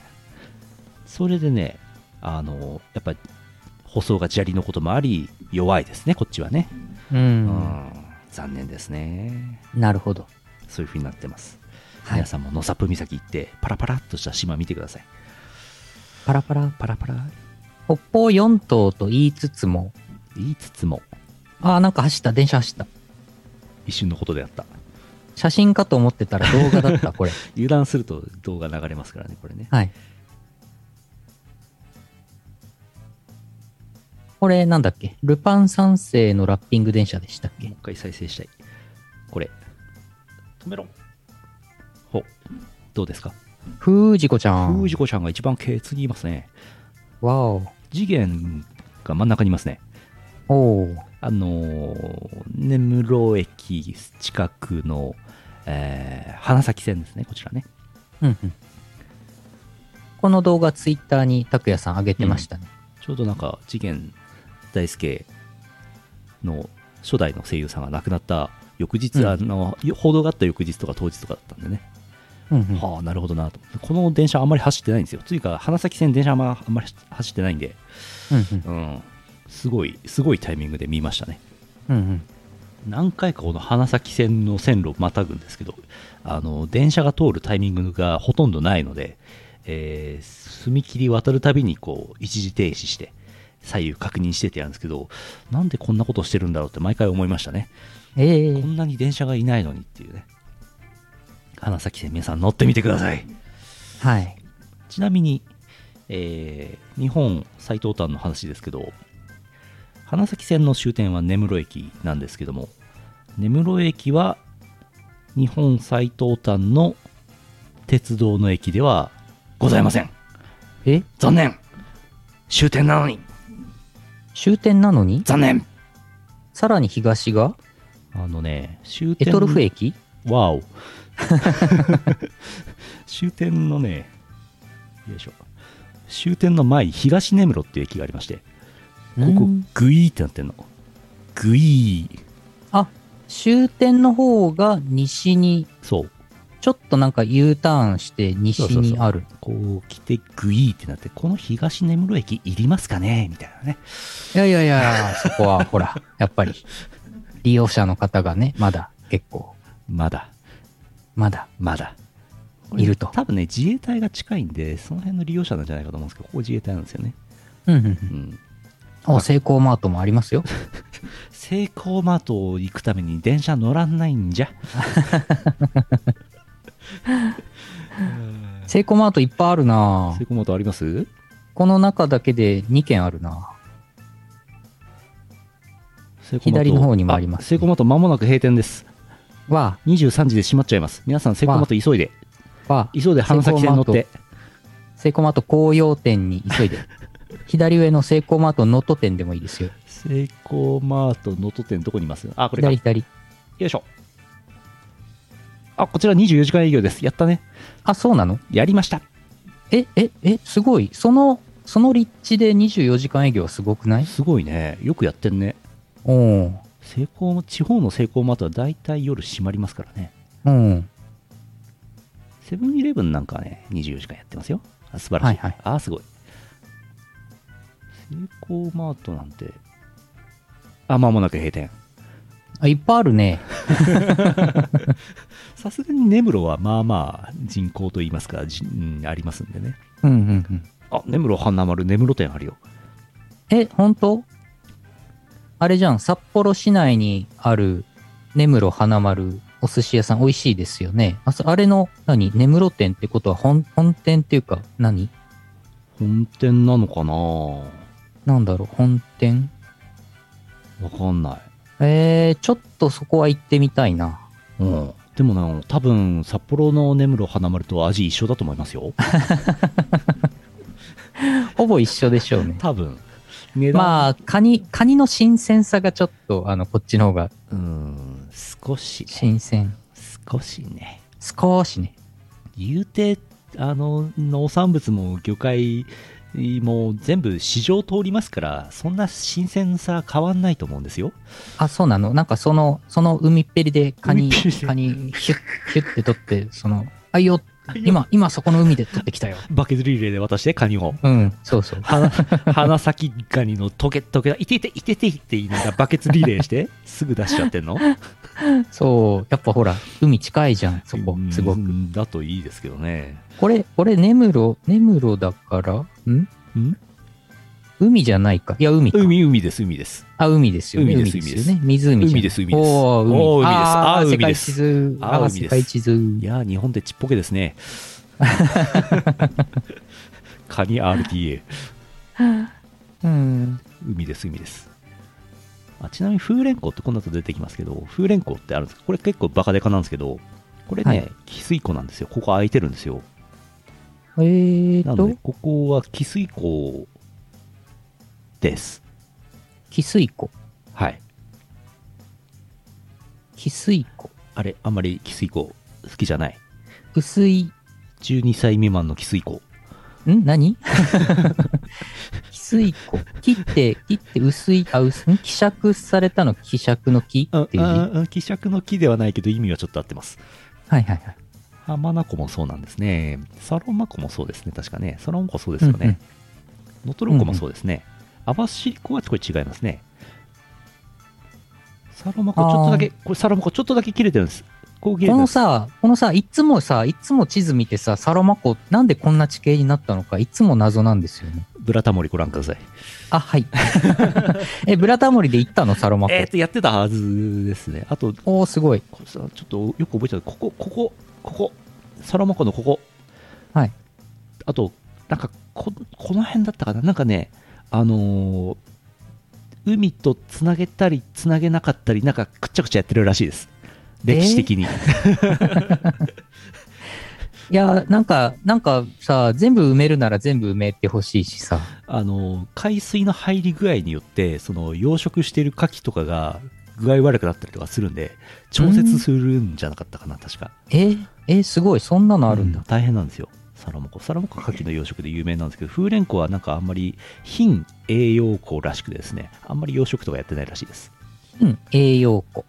[SPEAKER 2] それでねあのやっぱ舗装が砂利のこともあり弱いですねこっちはね
[SPEAKER 1] う。
[SPEAKER 2] うんん残念ですね
[SPEAKER 1] なるほど。
[SPEAKER 2] そういう風になってます
[SPEAKER 1] はい
[SPEAKER 2] 皆さんも野プ岬行ってパラパラっとした島見てください
[SPEAKER 1] パラパラ。
[SPEAKER 2] パラパラ
[SPEAKER 1] 北方四島と言いつつも、
[SPEAKER 2] 言いつつも
[SPEAKER 1] ああ、なんか走った、電車走った。
[SPEAKER 2] 一瞬のことであった
[SPEAKER 1] 写真かと思ってたら動画だった、これ。
[SPEAKER 2] 油断すると動画流れますからねこれね
[SPEAKER 1] はい。これなんだっけルパン三世のラッピング電車でしたっ
[SPEAKER 2] もう
[SPEAKER 1] け
[SPEAKER 2] 一回再生したい。これ。止めろ。ほ、どうですか
[SPEAKER 1] ふーじこちゃん。
[SPEAKER 2] 風じこちゃんが一番ケツにいますね。
[SPEAKER 1] わお。
[SPEAKER 2] 次元が真ん中にいますね。
[SPEAKER 1] おー
[SPEAKER 2] あのー根室駅近くの、えー花咲線ですね、こちらね。
[SPEAKER 1] うんうん。この動画ツイッターに拓也さん上げてましたね。
[SPEAKER 2] ちょうどなんか、次元大輔の初代の声優さんが亡くなった翌日、
[SPEAKER 1] うん
[SPEAKER 2] あの、報道があった翌日とか当日とかだったんでね。
[SPEAKER 1] うんうん。
[SPEAKER 2] はあ、なるほどなと。この電車あんまり走ってないんですよ。というか、花咲線電車あんまあんまり走ってないんで、
[SPEAKER 1] うんうん
[SPEAKER 2] うん、すごい、すごいタイミングで見ましたね。
[SPEAKER 1] うんうん。
[SPEAKER 2] 何回かこの花咲線の線路をまたぐんですけどあの電車が通るタイミングがほとんどないので、えー踏切渡るたびにこう一時停止して左右確認してってやるんですけどなんでこんなことしてるんだろうって毎回思いましたね
[SPEAKER 1] ええ
[SPEAKER 2] こんなに電車がいないのにっていうね花咲線皆さん乗ってみてください
[SPEAKER 1] はい。
[SPEAKER 2] ちなみに、えー日本最東端の話ですけど、花咲線の終点は根室駅なんですけども、根室駅は日本最東端の鉄道の駅ではございません。
[SPEAKER 1] え
[SPEAKER 2] 残念終点なのに
[SPEAKER 1] 終点なのに
[SPEAKER 2] 残念
[SPEAKER 1] さらに東が
[SPEAKER 2] あのね、終
[SPEAKER 1] エ
[SPEAKER 2] 点。
[SPEAKER 1] トルフ駅
[SPEAKER 2] わお [laughs] 終点のね、よいしょ。終点の前に東根室っていう駅がありまして、
[SPEAKER 1] こ
[SPEAKER 2] ここグイーってなってんのグイー
[SPEAKER 1] あ、終点の方が西に、
[SPEAKER 2] そう
[SPEAKER 1] ちょっとなんか U ターンして西にある。
[SPEAKER 2] こう来てグイーってなってこの東根室駅いりますかねみたいなね
[SPEAKER 1] いやいやいや、そこは [laughs] ほら、やっぱり、利用者の方がね、まだ結構、
[SPEAKER 2] まだ
[SPEAKER 1] まだ。
[SPEAKER 2] まだ
[SPEAKER 1] いると
[SPEAKER 2] 多分ね自衛隊が近いんでその辺の利用者なんじゃないかと思うんですけどここ自衛隊なんですよね
[SPEAKER 1] うんうんう。
[SPEAKER 2] うんん
[SPEAKER 1] お、セイコーマートもありますよ。
[SPEAKER 2] セイコーマート行くために電車乗らないんじゃうん
[SPEAKER 1] セイコーマートいっぱいあるな
[SPEAKER 2] セイコーマートあります
[SPEAKER 1] この中だけで2軒あるな
[SPEAKER 2] セイコーマート
[SPEAKER 1] 左の方にもあります
[SPEAKER 2] セイコーマート間もなく閉店です
[SPEAKER 1] は、
[SPEAKER 2] 23時で閉まっちゃいます皆さんセイコーマート急いで
[SPEAKER 1] は、
[SPEAKER 2] 急いで花咲線乗って
[SPEAKER 1] セイコーマート紅葉店に急い [laughs] で。左上のセイコーマート能登店でもいいですよ。
[SPEAKER 2] セイコーマート能登店どこにいますあこれか
[SPEAKER 1] 左
[SPEAKER 2] よ
[SPEAKER 1] 左。
[SPEAKER 2] いしょあこちら24時間営業ですやったね
[SPEAKER 1] あ、そうなの
[SPEAKER 2] やりました
[SPEAKER 1] え、え、え、すごい。その、その立地で24時間営業はすごくない
[SPEAKER 2] すごいねよくやってんね
[SPEAKER 1] おー
[SPEAKER 2] セイコー地方のセイコーマートは大体夜閉まりますからね
[SPEAKER 1] うん。
[SPEAKER 2] セブンイレブンなんかはね24時間やってますよあ素晴らしい、
[SPEAKER 1] はいはい
[SPEAKER 2] あすごいセイコーマートなんてあ間もなく閉店
[SPEAKER 1] あ、いっぱいあるね。
[SPEAKER 2] さすがに根室はまあまあ人口といいますか、じうん、ありますんでね
[SPEAKER 1] うんうんうん。
[SPEAKER 2] あ根室花丸根室店あるよ
[SPEAKER 1] え、本当あれじゃん。札幌市内にある根室花丸お寿司屋さん美味しいですよね。あそあれの、何根室店ってことは本本店っていうか何、
[SPEAKER 2] 本店なのかな
[SPEAKER 1] なんだろう本店
[SPEAKER 2] わかんない。
[SPEAKER 1] えー、ちょっとそこは行ってみたいな。
[SPEAKER 2] うん。でもな、多分、札幌の根室花丸と味一緒だと思いますよ。
[SPEAKER 1] ほぼ一緒でしょう
[SPEAKER 2] [laughs]
[SPEAKER 1] ね。
[SPEAKER 2] 多分。値段、
[SPEAKER 1] まあ、カニ、カニの新鮮さがちょっと、あの、こっちの方が
[SPEAKER 2] うん、少しね。
[SPEAKER 1] 新鮮。
[SPEAKER 2] 少しね。
[SPEAKER 1] 少しね。
[SPEAKER 2] 言うて、あの、農産物も魚介も全部市場通りますから、そんな新鮮さ変わんないと思うんですよ。
[SPEAKER 1] あ、そうなのなんかその、その海っぺりでカニ、
[SPEAKER 2] 海っぺりで
[SPEAKER 1] カニ、ヒュッ、ヒュッて取って、その、あいよ、今、今そこの海で取ってきたよ。
[SPEAKER 2] バケツリレーで渡して、カニを。
[SPEAKER 1] うん、そうそう。
[SPEAKER 2] 花花咲ガニのトゲトゲだ、いてて、いててって言いながらバケツリレーして、すぐ出しちゃってんの
[SPEAKER 1] そう、やっぱほら、海近いじゃん、そこ
[SPEAKER 2] う、ん
[SPEAKER 1] すごく。
[SPEAKER 2] だといいですけどね。
[SPEAKER 1] これ、これ、根室、根室だから、ん
[SPEAKER 2] ん
[SPEAKER 1] 海じゃないか。いや、海か。
[SPEAKER 2] 海、海です、海です。
[SPEAKER 1] あ、海ですよね。
[SPEAKER 2] 海です
[SPEAKER 1] よね。湖じゃん
[SPEAKER 2] 海です海です
[SPEAKER 1] おー海
[SPEAKER 2] おー海です
[SPEAKER 1] あ
[SPEAKER 2] あ
[SPEAKER 1] ー
[SPEAKER 2] ー
[SPEAKER 1] 世
[SPEAKER 2] 海で
[SPEAKER 1] 界
[SPEAKER 2] す
[SPEAKER 1] 地図。
[SPEAKER 2] あー
[SPEAKER 1] あー
[SPEAKER 2] 海です
[SPEAKER 1] 世界地図。
[SPEAKER 2] いやー、日本でちっぽけです [laughs] ね。カニ RTA。
[SPEAKER 3] うん。
[SPEAKER 2] 海です、海です。あちなみに、風蓮湖ってこの後出てきますけど、風蓮湖ってあるんですかこれ結構バカデカなんですけど、これね、
[SPEAKER 3] はい
[SPEAKER 2] 汽水湖なんですよ。ここ空いてるんですよ。
[SPEAKER 3] えー
[SPEAKER 2] な
[SPEAKER 3] っ
[SPEAKER 2] の
[SPEAKER 3] と
[SPEAKER 2] で、、ここは汽水湖です。
[SPEAKER 1] 汽水湖。
[SPEAKER 2] はい。
[SPEAKER 1] 汽水湖。
[SPEAKER 2] あれ、あんまり汽水湖好きじゃない。
[SPEAKER 1] 薄い、
[SPEAKER 2] 12歳未満の汽水湖。
[SPEAKER 1] ん何汽水湖。切って、切って薄い、あ、薄い、ん希釈されたの希釈の木
[SPEAKER 2] あ
[SPEAKER 1] っていう字。はい
[SPEAKER 2] あ希釈の木ではないけど、意味はちょっと合ってます。
[SPEAKER 1] はいはい。
[SPEAKER 2] 浜名湖もそうなんですね。サロマ湖もそうですね、確かね。サロマ湖そうですよ
[SPEAKER 1] うんうん
[SPEAKER 2] ね。ノトロ湖もそうですね。網走湖はこれ違いますね。サロマ湖ちょっとだけ、これサロマ湖ちょっとだけ切れてるんです。こう切れて
[SPEAKER 1] こ
[SPEAKER 2] るん
[SPEAKER 1] の
[SPEAKER 2] です。
[SPEAKER 1] さ、このさ、いつもさ、いつも地図見てさ、サロマ湖、なんでこんな地形になったのか、いつも謎なんですよね。
[SPEAKER 2] ブラタモリご覧ください。
[SPEAKER 1] あ、はい。 [laughs] え、ブラタモリで行ったのサロマ湖。
[SPEAKER 2] えーっと、やってたはずですね。あと、
[SPEAKER 1] おー、すごい。
[SPEAKER 2] これさちょっとよく覚えてないここここここサロマ湖のここ
[SPEAKER 1] はい
[SPEAKER 2] あとなんかここの辺だったかななんかねあのー海とつなげたりつなげなかったりなんかくっちゃくちゃやってるらしいです歴史的に、
[SPEAKER 1] いや、なんか、なんかさ、全部埋めるなら全部埋めてほしいしさ。
[SPEAKER 2] [laughs] あのー海水の入り具合によってその養殖してる牡蠣とかが具合悪くなったりとかするんで調節するんじゃなかったかな確か
[SPEAKER 1] えーえーすごい、そんなのあるんだ。
[SPEAKER 2] う大変なんですよサロモコサロモコは牡蠣の養殖で有名なんですけど風蓮湖はなんかあんまり貧栄養湖らしくてですねあんまり養殖とかやってないらしいです
[SPEAKER 1] うん、栄養庫。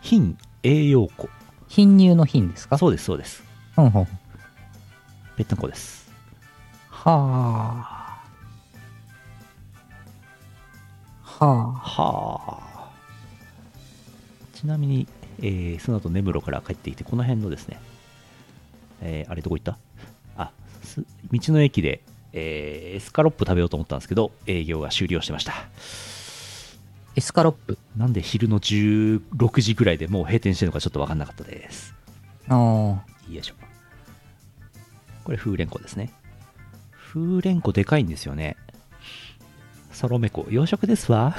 [SPEAKER 2] 貧栄養湖
[SPEAKER 1] 貧乳の貧ですか
[SPEAKER 2] そうですそうです
[SPEAKER 1] うんうん。は
[SPEAKER 2] ぺったんこです
[SPEAKER 1] あ。はあ。
[SPEAKER 2] はあちなみに、えーその後根室から帰ってきてこの辺のですね、えーあれどこ行ったあす道の駅で、えーエスカロップ食べようと思ったんですけど営業が終了してました
[SPEAKER 1] エスカロップ。
[SPEAKER 2] なんで昼の16時ぐらいでもう閉店してるのかちょっと分かんなかったです。
[SPEAKER 1] ああ。
[SPEAKER 2] よいしょ。これ、風蓮湖ですね。風蓮湖でかいんですよね。サロメ湖、養殖で
[SPEAKER 1] [laughs]
[SPEAKER 2] すわ。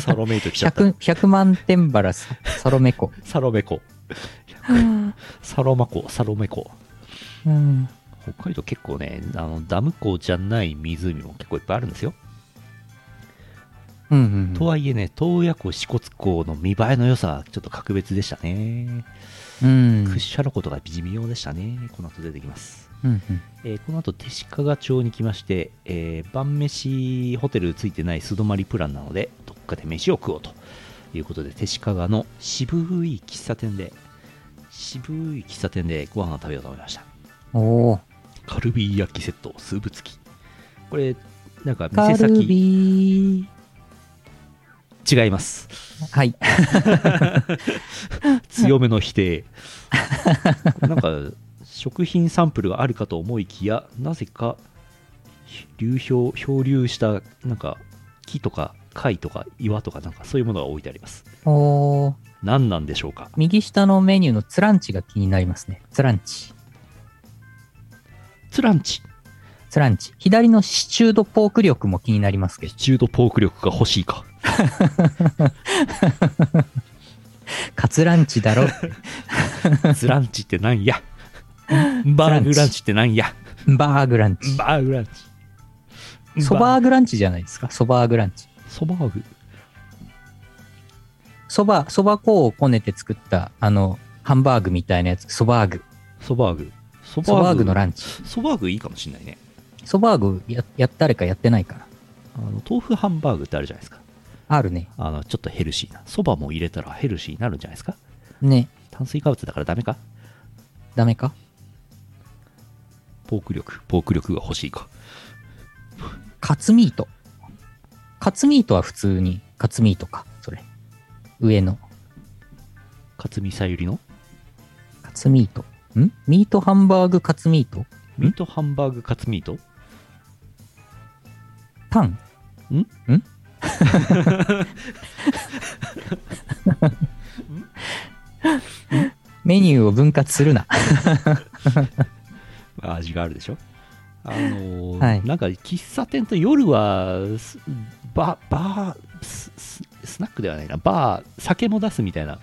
[SPEAKER 2] サロメイト来ちゃった。
[SPEAKER 1] 100, 100万点バラス、サロメ [laughs] 湖。
[SPEAKER 2] サロメ湖、サロマ湖、サロメ湖。
[SPEAKER 1] うん。
[SPEAKER 2] 北海道結構ね、あのダム湖じゃない湖も結構いっぱいあるんですよ。
[SPEAKER 1] うんうん
[SPEAKER 2] とはいえね、洞爺湖、支笏湖の見栄えの良さはちょっと格別でしたね。
[SPEAKER 1] うん。うん
[SPEAKER 2] 屈斜路湖とか微妙でしたね。この後出てきます。
[SPEAKER 1] うん
[SPEAKER 2] えーこの後、手鹿賀町に来まして、えー晩飯ホテルついてない素泊まりプランなので、どっかで飯を食おうということで、手鹿賀の渋い喫茶店で、渋い喫茶店でご飯を食べようと思いました。
[SPEAKER 1] うん。おお。
[SPEAKER 2] カルビ焼きセット、スープ付き。これ、なんか
[SPEAKER 1] カ
[SPEAKER 2] 店
[SPEAKER 1] ル
[SPEAKER 2] 先、
[SPEAKER 1] ビー。
[SPEAKER 2] 違います。
[SPEAKER 1] はい。
[SPEAKER 2] 強めの否定 [laughs] なんか食品サンプルがあるかと思いきやなぜか流氷漂流したなんか木とか貝とか岩とかなんかそういうものが置いてあります
[SPEAKER 1] おー
[SPEAKER 2] 何なんでしょうか
[SPEAKER 1] 右下のメニューのツランチが気になりますね。ツランチ。
[SPEAKER 2] ツランチ
[SPEAKER 1] ツランチ。左のシチュードポーク力も気になりますけど
[SPEAKER 2] シ。チュードポーク力が欲し
[SPEAKER 1] [laughs]
[SPEAKER 2] いか
[SPEAKER 1] カツランチだ [laughs] ろ。
[SPEAKER 2] ツランチってなんやバーグランチってなんや
[SPEAKER 1] バーグランチ。
[SPEAKER 2] バーグランチ
[SPEAKER 1] ソバーグランチじゃないですか。ソバーグランチ。
[SPEAKER 2] そばーグ
[SPEAKER 1] ソバ、ソバ粉をこねて作った、あの、ハンバーグみたいなやつ。ソバーグ。
[SPEAKER 2] そばーグそ
[SPEAKER 1] ソバーグのラン
[SPEAKER 2] チ
[SPEAKER 1] チ。
[SPEAKER 2] そばーグいいかもしんないね
[SPEAKER 1] ソバーグや、や、誰かやってないかな。
[SPEAKER 2] あの豆腐ハンバーグってあるじゃないですか
[SPEAKER 1] あるね。
[SPEAKER 2] あの、ちょっとヘルシーな。そばも入れたらヘルシーになるんじゃないですか
[SPEAKER 1] ね。
[SPEAKER 2] 炭水化物だからダメか
[SPEAKER 1] ダメか
[SPEAKER 2] ポーク力、ポーク力が欲しいか。
[SPEAKER 1] カツミート。カツミートは普通に、カツミートか。それ。上の。
[SPEAKER 2] 勝見さゆりの
[SPEAKER 1] カツミート。んミートハンバーグカツミート
[SPEAKER 2] ミートハンバーグカツミート
[SPEAKER 1] パン [laughs]
[SPEAKER 2] ん
[SPEAKER 1] んメニューを分割するな。
[SPEAKER 2] 味があるでしょあのー
[SPEAKER 1] はい
[SPEAKER 2] なんか喫茶店と夜はすババースススナックではないなバー酒も出すみたいな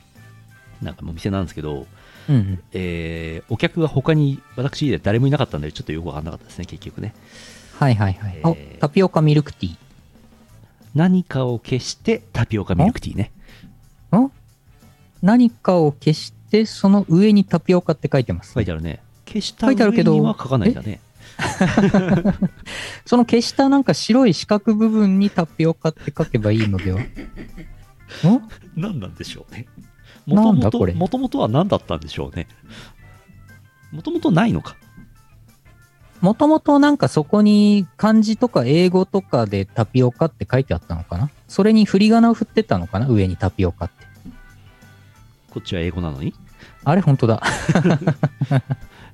[SPEAKER 2] なんかお店なんですけど、
[SPEAKER 1] うんうん。
[SPEAKER 2] えーお客が他に私以外誰もいなかったんでちょっとよくわかんなかったですね結局ね
[SPEAKER 1] はいはいはい。お
[SPEAKER 2] えー
[SPEAKER 1] タピオカミルクティ
[SPEAKER 2] 何かを消してタピオカミルクティーね
[SPEAKER 1] ー。ん何かを消して、その上にタピオカって書いてます
[SPEAKER 2] 書い
[SPEAKER 1] ね、
[SPEAKER 2] てあるね消した
[SPEAKER 1] 書いてあ
[SPEAKER 2] 上
[SPEAKER 1] るけど
[SPEAKER 2] には書かないんだね
[SPEAKER 1] その消したなんか白い四角部分にタピオカって書けばいいの
[SPEAKER 2] [laughs]
[SPEAKER 1] ではん
[SPEAKER 2] 何なんでしょうねも
[SPEAKER 1] な
[SPEAKER 2] と
[SPEAKER 1] んだ
[SPEAKER 2] も
[SPEAKER 1] これ
[SPEAKER 2] ともともとは何だったんでしょうねもともとないのか
[SPEAKER 1] もともとなんかそこに漢字とか英語とかでタピオカって書いてあったのかなそれに振り仮名を振ってったのかな上にタピオカって。
[SPEAKER 2] こっちは英語なのに
[SPEAKER 1] あれ本当だ。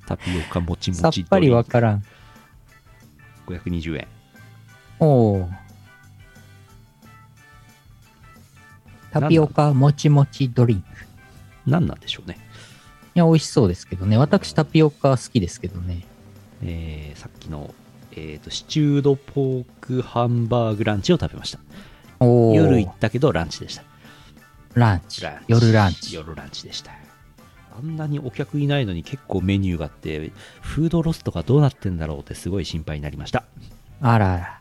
[SPEAKER 2] タピオカもちもち
[SPEAKER 1] さっぱりわからん。
[SPEAKER 2] ドリンク520円
[SPEAKER 1] おお。タピオカもちもちドリンク。い
[SPEAKER 2] 何なんでしょうね、
[SPEAKER 1] や、美味しそうですけどね。私タピオカ好きですけどね。
[SPEAKER 2] えーさっきの、えー、とシチュードポークハンバーグランチを食べました
[SPEAKER 1] おお。
[SPEAKER 2] 夜行ったけどランチでした
[SPEAKER 1] ランチ
[SPEAKER 2] ランチ
[SPEAKER 1] 夜ランチ。
[SPEAKER 2] 夜ランチでしたあんなにお客いないのに結構メニューがあってフードロスとかどうなってんだろうってすごい心配になりました
[SPEAKER 1] あらあら。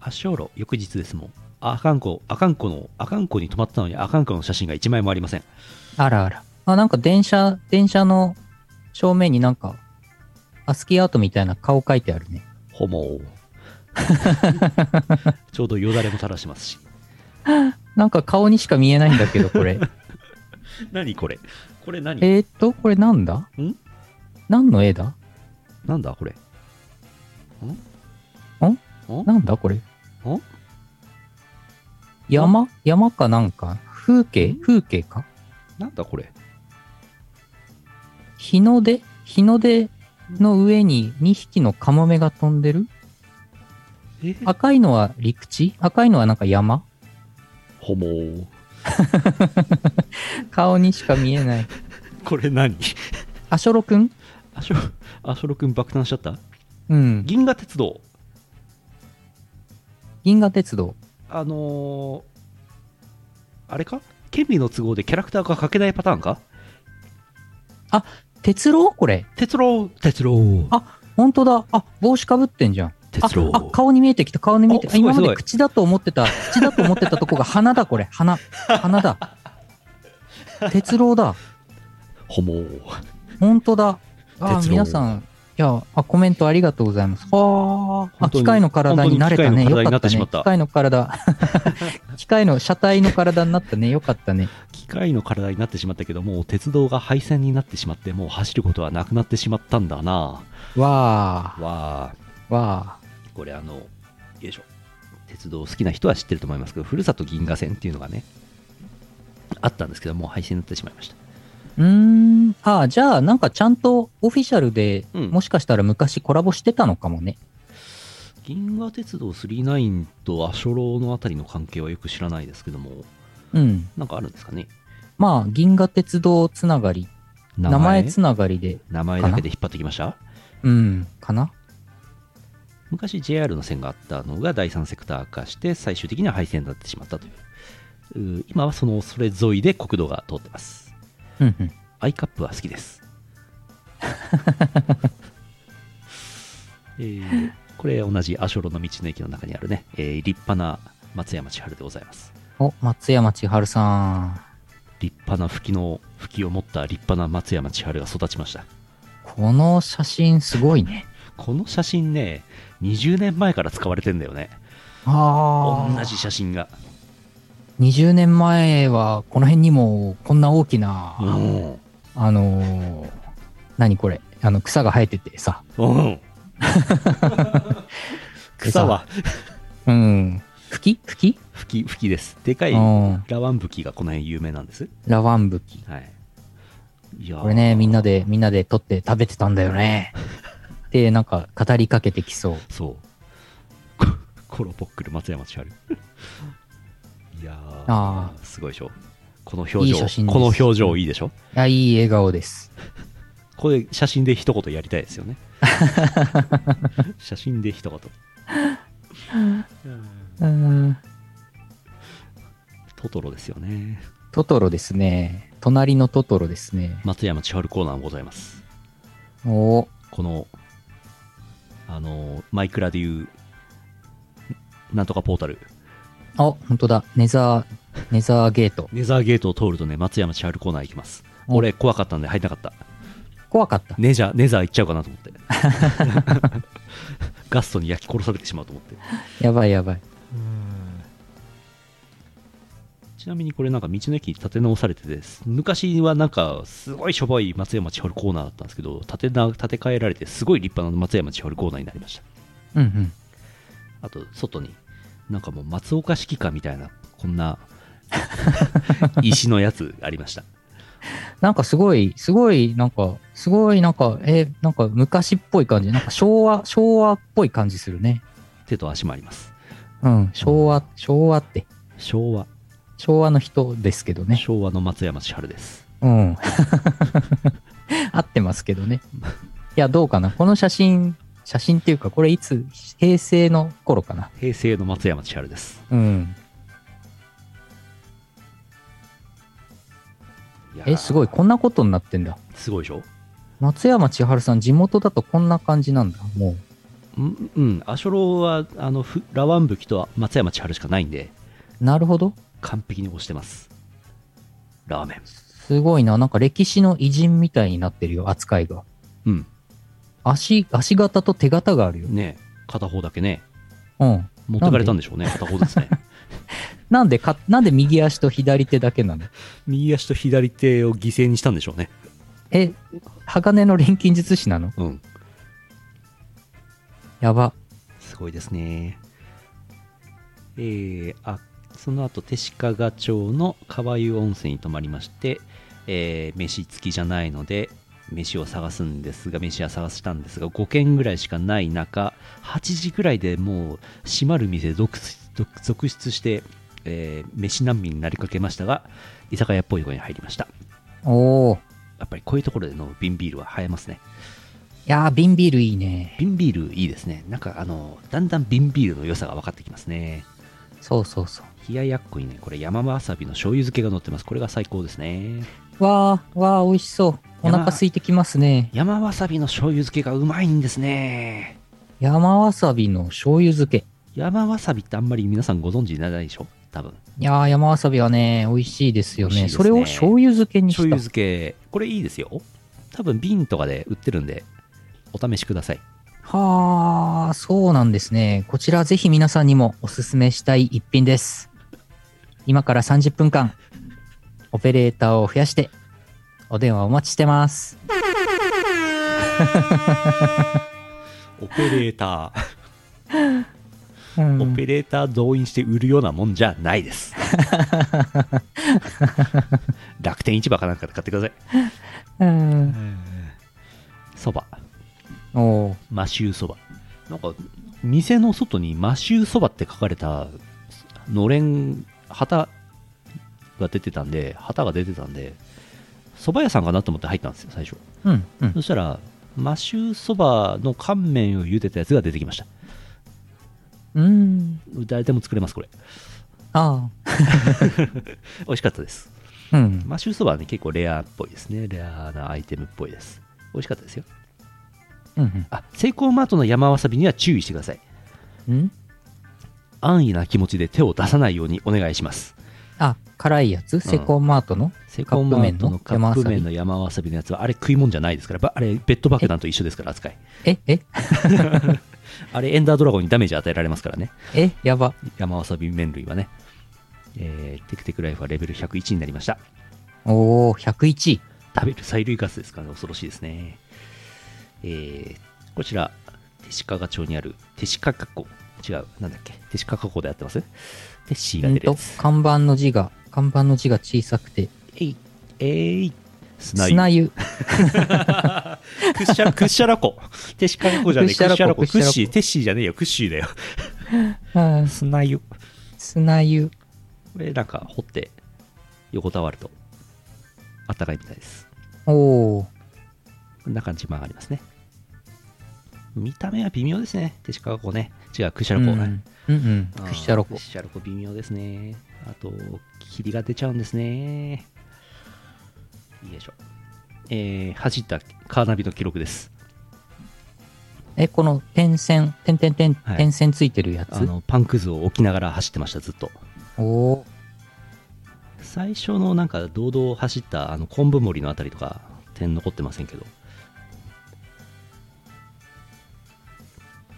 [SPEAKER 2] 発祥路翌日ですもんあかんこあかんこのあかんこに泊まったのにあかんこの写真が1枚もありません
[SPEAKER 1] あらあら。あ、なんか電車、電車の正面になんか、アスキーアートみたいな顔書いてあるね。
[SPEAKER 2] ほもちょうどよだれも垂らしますし
[SPEAKER 1] なんか顔にしか見えないんだけど、こ
[SPEAKER 2] [laughs]
[SPEAKER 1] れ。
[SPEAKER 2] 何これこれ何
[SPEAKER 1] えーっと、これなんだ
[SPEAKER 2] ん
[SPEAKER 1] 何の絵だ
[SPEAKER 2] なんだこれ
[SPEAKER 1] なんだこれ
[SPEAKER 2] お
[SPEAKER 1] 山山かなんか風景風景か
[SPEAKER 2] なんだこれ
[SPEAKER 1] 日の出日の出の上に2匹のカモメが飛んでる
[SPEAKER 2] え [laughs]
[SPEAKER 1] 赤いのは陸地赤いのはなんか山
[SPEAKER 2] ほもー
[SPEAKER 1] 顔にしか見えない。
[SPEAKER 2] これ何
[SPEAKER 1] アショロくん
[SPEAKER 2] あしょあしょろくん爆誕しちゃった
[SPEAKER 1] うん。
[SPEAKER 2] 銀河鉄道
[SPEAKER 1] 銀河鉄道。
[SPEAKER 2] あのーあれか権利の都合でキャラクターが書けないパターンか
[SPEAKER 1] 鉄郎これ。
[SPEAKER 2] 鉄郎鉄郎
[SPEAKER 1] あほんとだ。あ、帽子かぶってんじゃん。あ
[SPEAKER 2] 鉄郎
[SPEAKER 1] あ、顔に見えてきた、顔に見えて
[SPEAKER 2] お
[SPEAKER 1] あ
[SPEAKER 2] すごい
[SPEAKER 1] 今ます
[SPEAKER 2] ご
[SPEAKER 1] で
[SPEAKER 2] い
[SPEAKER 1] 口だと思ってた、口だと思ってたとこが鼻だ、これ。鼻。鼻だ。鉄郎だ。
[SPEAKER 2] ほもー
[SPEAKER 1] 本当だ。あ
[SPEAKER 2] 鉄郎
[SPEAKER 1] 皆さん、いやあ、コメントありがとうございます。はあ、
[SPEAKER 2] 本当に
[SPEAKER 1] 機械の体に慣れたね。
[SPEAKER 2] 本
[SPEAKER 1] よ
[SPEAKER 2] 当に機械の体
[SPEAKER 1] か
[SPEAKER 2] にな
[SPEAKER 1] っ
[SPEAKER 2] ったてしま
[SPEAKER 1] ね。
[SPEAKER 2] った
[SPEAKER 1] 機械の体。 [laughs] 機械の車体の体になったね。よかったね。
[SPEAKER 2] 機械の体になってしまったけどもう鉄道が廃線になってしまってもう走ることはなくなってしまったんだな
[SPEAKER 1] わ
[SPEAKER 2] わあ
[SPEAKER 1] あ、わあ。
[SPEAKER 2] これあのよいしょ鉄道好きな人は知ってると思いますけどふるさと銀河線っていうのがねあったんですけどもう廃線になってしまいました
[SPEAKER 1] うーん。ああ、じゃあ、なんかちゃんとオフィシャルで、
[SPEAKER 2] うん
[SPEAKER 1] もしかしたら昔コラボしてたのかもね。
[SPEAKER 2] 銀河鉄道39とアショロのあたりの関係はよく知らないですけども
[SPEAKER 1] うん。
[SPEAKER 2] なんかあるんですかね
[SPEAKER 1] まあ、銀河鉄道つながり、名前つながりで、
[SPEAKER 2] 名前だけで引っ張ってきました
[SPEAKER 1] うん、かな
[SPEAKER 2] 昔 JR の線があったのが第三セクター化して最終的には廃線になってしまったというう今はそのそれ沿いで国道が通ってます
[SPEAKER 1] うんうん。
[SPEAKER 2] アイカップは好き [laughs] です。えーこれ同じ阿蘇路の道の駅の中にあるね、えー立派な松山千春でございます。
[SPEAKER 1] お、松山千春さん。
[SPEAKER 2] 立派な吹きの吹きを持った立派な松山千春が育ちました。
[SPEAKER 1] この写真すごいね。
[SPEAKER 2] この写真ね、20年前から使われてんだよね。同
[SPEAKER 1] ああ。
[SPEAKER 2] じ写真が。
[SPEAKER 1] 20年前は、この辺にも、こんな大きな、
[SPEAKER 2] うん。
[SPEAKER 1] あのー何これ、あの、草が生えててさ。 [laughs]
[SPEAKER 2] うん。草は
[SPEAKER 1] うん。茎茎
[SPEAKER 2] 吹き、吹きです。でかい
[SPEAKER 1] うん。
[SPEAKER 2] ラワン吹きがこの辺有名なんです。
[SPEAKER 1] ラワンブキ。
[SPEAKER 2] はい。いやー
[SPEAKER 1] これね、みんなで、みんなで取って食べてたんだよ [laughs] ね。って、なんか、語りかけてきそう。
[SPEAKER 2] そう。 [laughs] ココロポックル松山千春。いやー
[SPEAKER 1] あ
[SPEAKER 2] すごいでしょ。この表情、
[SPEAKER 1] いい写真です
[SPEAKER 2] この表情いいでしょ。
[SPEAKER 1] あ、いい笑顔です。
[SPEAKER 2] これ写真で一言やりたいです
[SPEAKER 1] [laughs]
[SPEAKER 2] よね写真で一言
[SPEAKER 1] うん
[SPEAKER 2] トトロですよね
[SPEAKER 1] トトロですね。隣のトトロですね。
[SPEAKER 2] 松山千春コーナーもございます
[SPEAKER 1] お
[SPEAKER 2] このあのマイクラでいうなんとかポータル
[SPEAKER 1] あ、本当だ。ネザー、ネザーゲート。
[SPEAKER 2] ネザーゲートを通るとね松山千春コーナー行きます
[SPEAKER 1] お
[SPEAKER 2] 俺怖かったんで入んなかった
[SPEAKER 1] 怖かった。
[SPEAKER 2] ネジャーネザー行っちゃうかなと思ってガストに焼き殺されてしまうと思って
[SPEAKER 1] やばいやばい。
[SPEAKER 2] ちなみにこれなんか道の駅建て直されててです昔はなんかすごいしょぼい松山千春コーナーだったんですけど建てな建て替えられてすごい立派な松山千春コーナーになりました
[SPEAKER 1] うんうん。
[SPEAKER 2] あと外になんかもう松岡式家みたいなこ
[SPEAKER 1] [laughs]
[SPEAKER 2] んな石のやつありました
[SPEAKER 1] なんかすごい、すごい、なんか、すごい、なんか、えーなんか昔っぽい感じ。なんか昭和、昭和っぽい感じするね。
[SPEAKER 2] 手と足もあります
[SPEAKER 1] うん、昭和、昭和って。
[SPEAKER 2] 昭和
[SPEAKER 1] 昭和の人ですけどね。
[SPEAKER 2] 昭和の松山千春です
[SPEAKER 1] うん。 [laughs] 合ってますけどね。いや、どうかな。この写真、写真っていうか、これいつ、平成の頃かな。
[SPEAKER 2] 平成の松山千春です
[SPEAKER 1] うん。
[SPEAKER 2] やー
[SPEAKER 1] え、すごい。こんなことになってんだ。
[SPEAKER 2] すごいでしょ
[SPEAKER 1] 松山千春さん、地元だとこんな感じなんだ。も
[SPEAKER 2] うんうんアショロはあのふラワンブキと松山千春しかないんで
[SPEAKER 1] う。なるほど。
[SPEAKER 2] 完璧に押してますラーメン
[SPEAKER 1] すごいな。なんか歴史の偉人みたいになってるよ、扱いが。
[SPEAKER 2] うん
[SPEAKER 1] 足、足型と手型があるよ。
[SPEAKER 2] ね片方だけね
[SPEAKER 1] うん。
[SPEAKER 2] 持ってかれたんでしょうね片方で
[SPEAKER 1] [laughs]
[SPEAKER 2] すね
[SPEAKER 1] なんでか、なんで右足と左手だけなの
[SPEAKER 2] 右足と左手を犠牲にしたんでしょうね
[SPEAKER 1] え、鋼の錬金術師なの
[SPEAKER 2] うん
[SPEAKER 1] やば。
[SPEAKER 2] すごいですねえー、あその後手鹿賀町の川湯温泉に泊まりまして、えー飯付きじゃないので飯を探すんですが飯は探したんですが5軒ぐらいしかない中8時ぐらいでもう閉まる店続出続出して、えー飯難民になりかけましたが居酒屋っぽいところに入りました
[SPEAKER 1] おー。
[SPEAKER 2] やっぱりこういうところで飲む瓶ビールは映えますね
[SPEAKER 1] いやー、瓶ビールいいね。
[SPEAKER 2] 瓶ビールいいですねなんかあのだんだん瓶ビールの良さが分かってきますね
[SPEAKER 1] そうそうそう。
[SPEAKER 2] 冷ややっこにね、これ山わさびの醤油漬けが乗ってます。これが最高ですね。
[SPEAKER 1] わー、わー、美味しそう。お
[SPEAKER 2] やば
[SPEAKER 1] 腹空いてきますね。
[SPEAKER 2] 山わさびの醤油漬けがうまいんですね。
[SPEAKER 1] 山わさびの醤油漬け。
[SPEAKER 2] 山わさびってあんまり皆さんご存知ないでしょ多分。
[SPEAKER 1] いやー、山わさびはね、美味しいですよね。
[SPEAKER 2] 美味しいですね
[SPEAKER 1] それを醤油漬けに
[SPEAKER 2] 醤
[SPEAKER 1] し
[SPEAKER 2] 油
[SPEAKER 1] た。
[SPEAKER 2] 漬け、これいいですよ。多分瓶とかで売ってるんで、お試しください。
[SPEAKER 1] はー、そうなんですね。こちらぜひ皆さんにもおすすめしたい一品です。今から30分間、オペレーターを増やして、お電話お待ちしてます。
[SPEAKER 2] オペレーター、
[SPEAKER 1] うん
[SPEAKER 2] オペレーター動員して売るようなもんじゃない
[SPEAKER 1] [laughs]
[SPEAKER 2] です。楽天市場かなんかで買ってください。
[SPEAKER 1] うん
[SPEAKER 2] そば。
[SPEAKER 1] おー
[SPEAKER 2] マシューそばなんか店の外にマシューそばって書かれたのれん旗が出てたんで旗が出てたんで蕎麦屋さんかなと思って入ったんですよ最初
[SPEAKER 1] うん、うん。
[SPEAKER 2] そしたらマシューそばの乾麺を茹でたやつが出てきました
[SPEAKER 1] うん。
[SPEAKER 2] 誰でも作れますこれ
[SPEAKER 1] あ
[SPEAKER 2] 美味しかったです
[SPEAKER 1] ー。うん。
[SPEAKER 2] マシューそばはね結構レアっぽいですねレアなアイテムっぽいです美味しかったですよ
[SPEAKER 1] うん。
[SPEAKER 2] あセイコーマートの山わさびには注意してください
[SPEAKER 1] うん。
[SPEAKER 2] 安易な気持ちで手を出さないようにお願いします
[SPEAKER 1] あ、辛いやつセコマートの、
[SPEAKER 2] セコマートの
[SPEAKER 1] カ
[SPEAKER 2] カ
[SPEAKER 1] ッ
[SPEAKER 2] ップ
[SPEAKER 1] プ
[SPEAKER 2] 麺
[SPEAKER 1] 麺
[SPEAKER 2] の山わさびのやつはあれ食い物じゃないですからばあれベッド爆弾と一緒ですから扱い
[SPEAKER 1] え、え、 [laughs]
[SPEAKER 2] あれエンダードラゴンにダメージ与えられますからね
[SPEAKER 1] え、やば。
[SPEAKER 2] 山わさび麺類はねえーテクテクライフはレベル101になりました
[SPEAKER 1] おお、101位。
[SPEAKER 2] 食べる催涙ガスですから、ね、恐ろしいですねえーこちら手鹿賀町にある手鹿加工違うなんだっけ手鹿加工でやってますテッシーが
[SPEAKER 1] うん
[SPEAKER 2] 出るや
[SPEAKER 1] と
[SPEAKER 2] つ、
[SPEAKER 1] 看板の字が、看板の字が小さくて、
[SPEAKER 2] えいえい砂湯
[SPEAKER 1] 砂湯。
[SPEAKER 2] クッシャラ、クッシャラ [laughs] コ。テシカラコじゃねえ、ク
[SPEAKER 1] クッ
[SPEAKER 2] ッ
[SPEAKER 1] シ
[SPEAKER 2] シャ
[SPEAKER 1] ャ
[SPEAKER 2] ラ
[SPEAKER 1] ラ
[SPEAKER 2] コ。
[SPEAKER 1] コ
[SPEAKER 2] クッ
[SPEAKER 1] クッ
[SPEAKER 2] シ
[SPEAKER 1] シャ
[SPEAKER 2] ー、
[SPEAKER 1] ラコ
[SPEAKER 2] テッシーじゃねえよ、クッシーだよ。
[SPEAKER 1] うん
[SPEAKER 2] 砂湯。こ
[SPEAKER 1] 砂湯。
[SPEAKER 2] れなんか掘って、横たわると、あったかいみたいです。
[SPEAKER 1] おお。
[SPEAKER 2] こんな感じもありますね。見た目は微妙ですね。テシカ湖ね。違う、クシャ
[SPEAKER 1] う
[SPEAKER 2] ル
[SPEAKER 1] ん
[SPEAKER 2] 湖。
[SPEAKER 1] うんうん
[SPEAKER 2] あー
[SPEAKER 1] クシャロコ
[SPEAKER 2] クシャロコ微妙ですね。あと、霧が出ちゃうんですね。よいしょ。えー、走ったカーナビの記録です。
[SPEAKER 1] えこの点線点点点
[SPEAKER 2] はい
[SPEAKER 1] 点線ついてるやつ、
[SPEAKER 2] あの、パンくずを置きながら走ってました、ずっと。
[SPEAKER 1] おお
[SPEAKER 2] 最初のなんか、堂々走った、あの、昆布森のあたりとか、点残ってませんけど、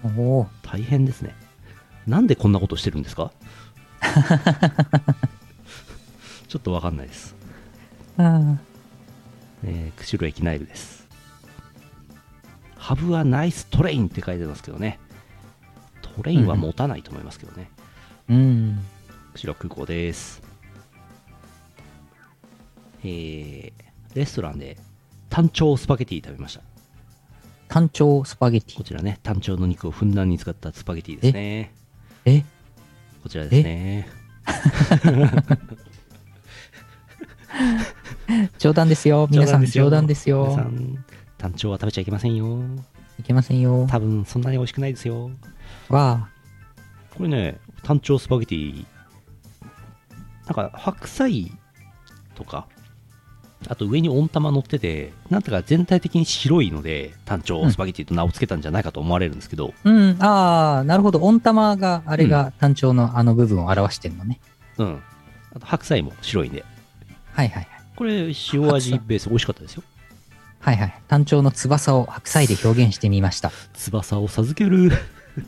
[SPEAKER 1] おお
[SPEAKER 2] 大変ですね。なんでこんなことしてるんですかちょっとわかんないです。
[SPEAKER 1] ー
[SPEAKER 2] えー、釧路駅内部です。ハブはナイストレインって書いてますけどね。トレインは持たないと思いますけどね。
[SPEAKER 1] うん
[SPEAKER 2] 釧路空港です。えー、レストランで単調スパゲティ食べました。
[SPEAKER 1] 単調スパゲテ
[SPEAKER 2] こ
[SPEAKER 1] ィ
[SPEAKER 2] ちらね、単調の肉をふんだんに使ったスパゲティですね。
[SPEAKER 1] え
[SPEAKER 2] こちらですね。
[SPEAKER 1] 冗談ですよ皆さん冗談ですよ
[SPEAKER 2] 皆さん、単調は食べちゃいけませんよ。
[SPEAKER 1] いけませんよ
[SPEAKER 2] 多分そんなに美味しくないですよ。
[SPEAKER 1] わ
[SPEAKER 2] これね、単調スパゲティ、なんか白菜とか、あと上に温玉乗ってて、なんとか全体的に白いので、単調スパゲティと名を付けたんじゃないかと思われるんですけど、
[SPEAKER 1] あうんああなるほど温玉があれが単調のあの部分を表してるのね、
[SPEAKER 2] うん。あと白菜も白いんで、
[SPEAKER 1] はいはい
[SPEAKER 2] これ塩味ベース美味しかったですよ。
[SPEAKER 1] はいはいはい単調の翼を白菜で表現してみました
[SPEAKER 2] 翼を授ける。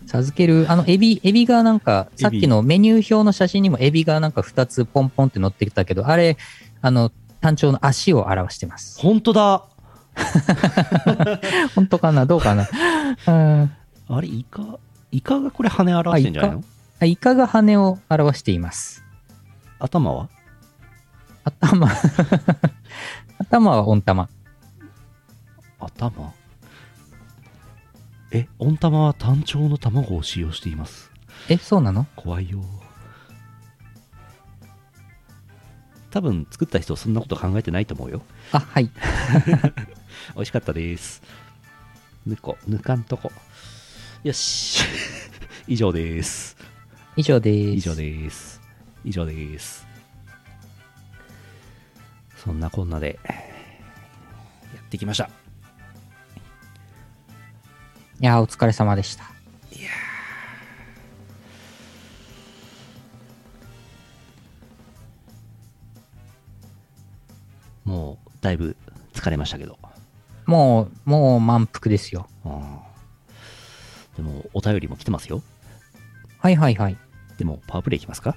[SPEAKER 1] 授けるあのエビエビがなんか
[SPEAKER 2] ビ
[SPEAKER 1] さっきのメニュー表の写真にもエビがなんか2つポンポンって乗ってきたけどあれあの単調の足を表してます
[SPEAKER 2] 本当だ
[SPEAKER 1] 本当かなどうか
[SPEAKER 2] [laughs]
[SPEAKER 1] なうん
[SPEAKER 2] あれ、イカ、イカがこれ羽表してんじゃないの
[SPEAKER 1] あイカが羽を表しています
[SPEAKER 2] 頭は
[SPEAKER 1] 頭頭は温玉
[SPEAKER 2] 頭え、温玉は単調の卵を使用しています。
[SPEAKER 1] えそうなの
[SPEAKER 2] 怖いよ多分作った人そんなこと考えてないと思うよ
[SPEAKER 1] あはい
[SPEAKER 2] 美味しかったですぬこぬかんとこよし [laughs] 以上です
[SPEAKER 1] 以上です
[SPEAKER 2] 以上です以上ですそんなこんなでやってきました
[SPEAKER 1] いやーお疲れ様でした
[SPEAKER 2] もうだいぶ疲れましたけど
[SPEAKER 1] もうもう満腹ですよ
[SPEAKER 2] うんでもお便りも来てますよ
[SPEAKER 1] はいはいはい
[SPEAKER 2] でもパワープレイいきますか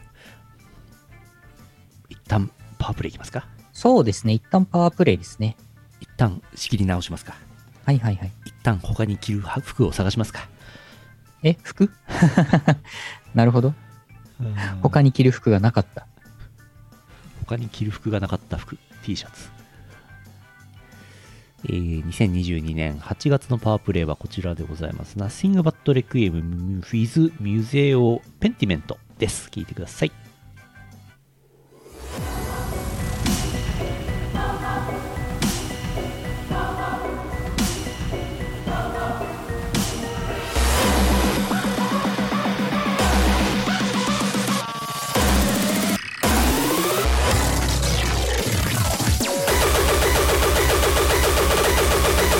[SPEAKER 2] 一旦パワープレイいきますか
[SPEAKER 1] そうですね一旦パワープレイですね
[SPEAKER 2] 一旦仕切り直しますか
[SPEAKER 1] はいはいはい
[SPEAKER 2] 一旦他に着る服を探しますか
[SPEAKER 1] え服 [laughs] なるほど他
[SPEAKER 2] に
[SPEAKER 1] に着る服がなかった
[SPEAKER 2] 他に着る服がなかった服 T シャツえー、2022年8月のパワープレイはこちらでございます。Nothing but Requiem with Museo Pentiment です。聞いてください。
[SPEAKER 3] 「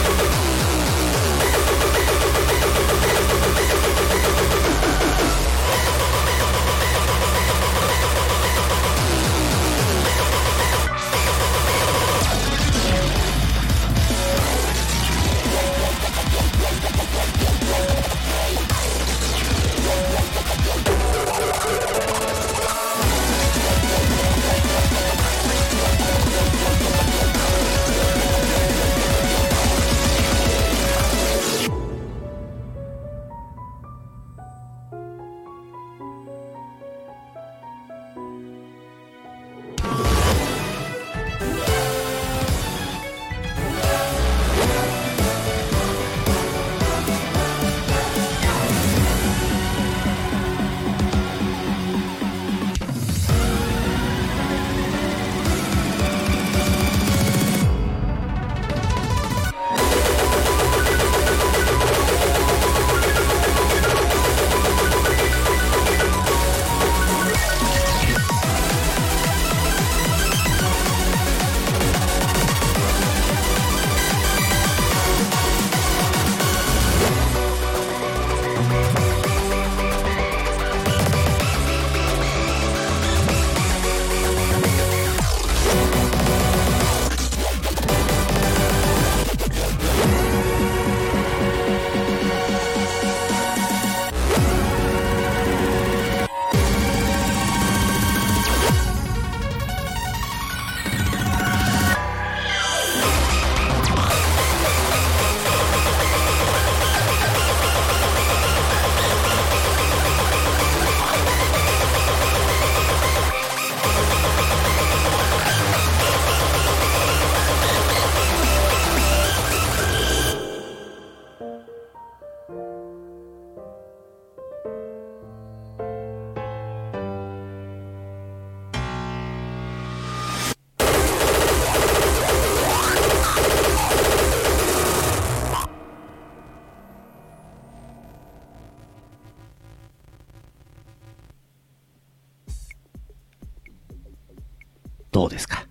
[SPEAKER 2] そうですか。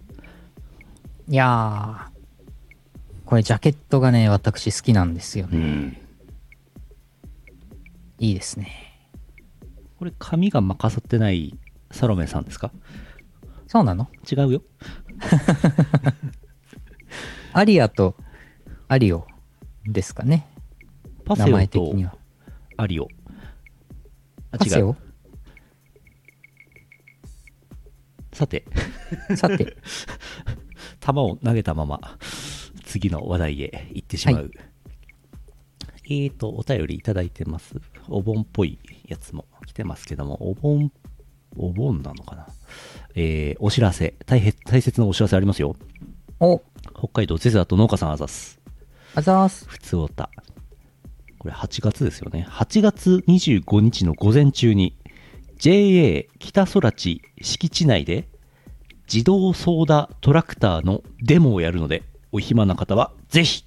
[SPEAKER 1] いやー、これジャケットがね、私好きなんですよね。
[SPEAKER 2] うん。
[SPEAKER 1] いいですね。
[SPEAKER 2] これ、髪が任さってないサロメさんですか
[SPEAKER 1] そうなの
[SPEAKER 2] 違うよ。
[SPEAKER 1] アリアとアリオですかね。
[SPEAKER 2] パ
[SPEAKER 1] 名
[SPEAKER 2] セオ
[SPEAKER 1] 前的
[SPEAKER 2] と
[SPEAKER 1] には。
[SPEAKER 2] アリオ。あ、
[SPEAKER 1] パ
[SPEAKER 2] 違
[SPEAKER 1] セ
[SPEAKER 2] う。
[SPEAKER 1] オ
[SPEAKER 2] さて、
[SPEAKER 1] さて、
[SPEAKER 2] 球を投げたまま、次の話題へ行ってしまう。
[SPEAKER 1] は
[SPEAKER 2] えーと、お便りいただいてます。お盆っぽいやつも来てますけども、お盆、お盆なのかなえー、お知らせ。大変、大切なお知らせありますよ。
[SPEAKER 1] お、
[SPEAKER 2] 北海道ゼザーと農家さんあざす。
[SPEAKER 1] あざーす。
[SPEAKER 2] ふつおた。これ8月ですよね。8月25日の午前中に、JA 北空地敷地内で、自動ソーダトラクターのデモをやるので、お暇な方は、ぜひ、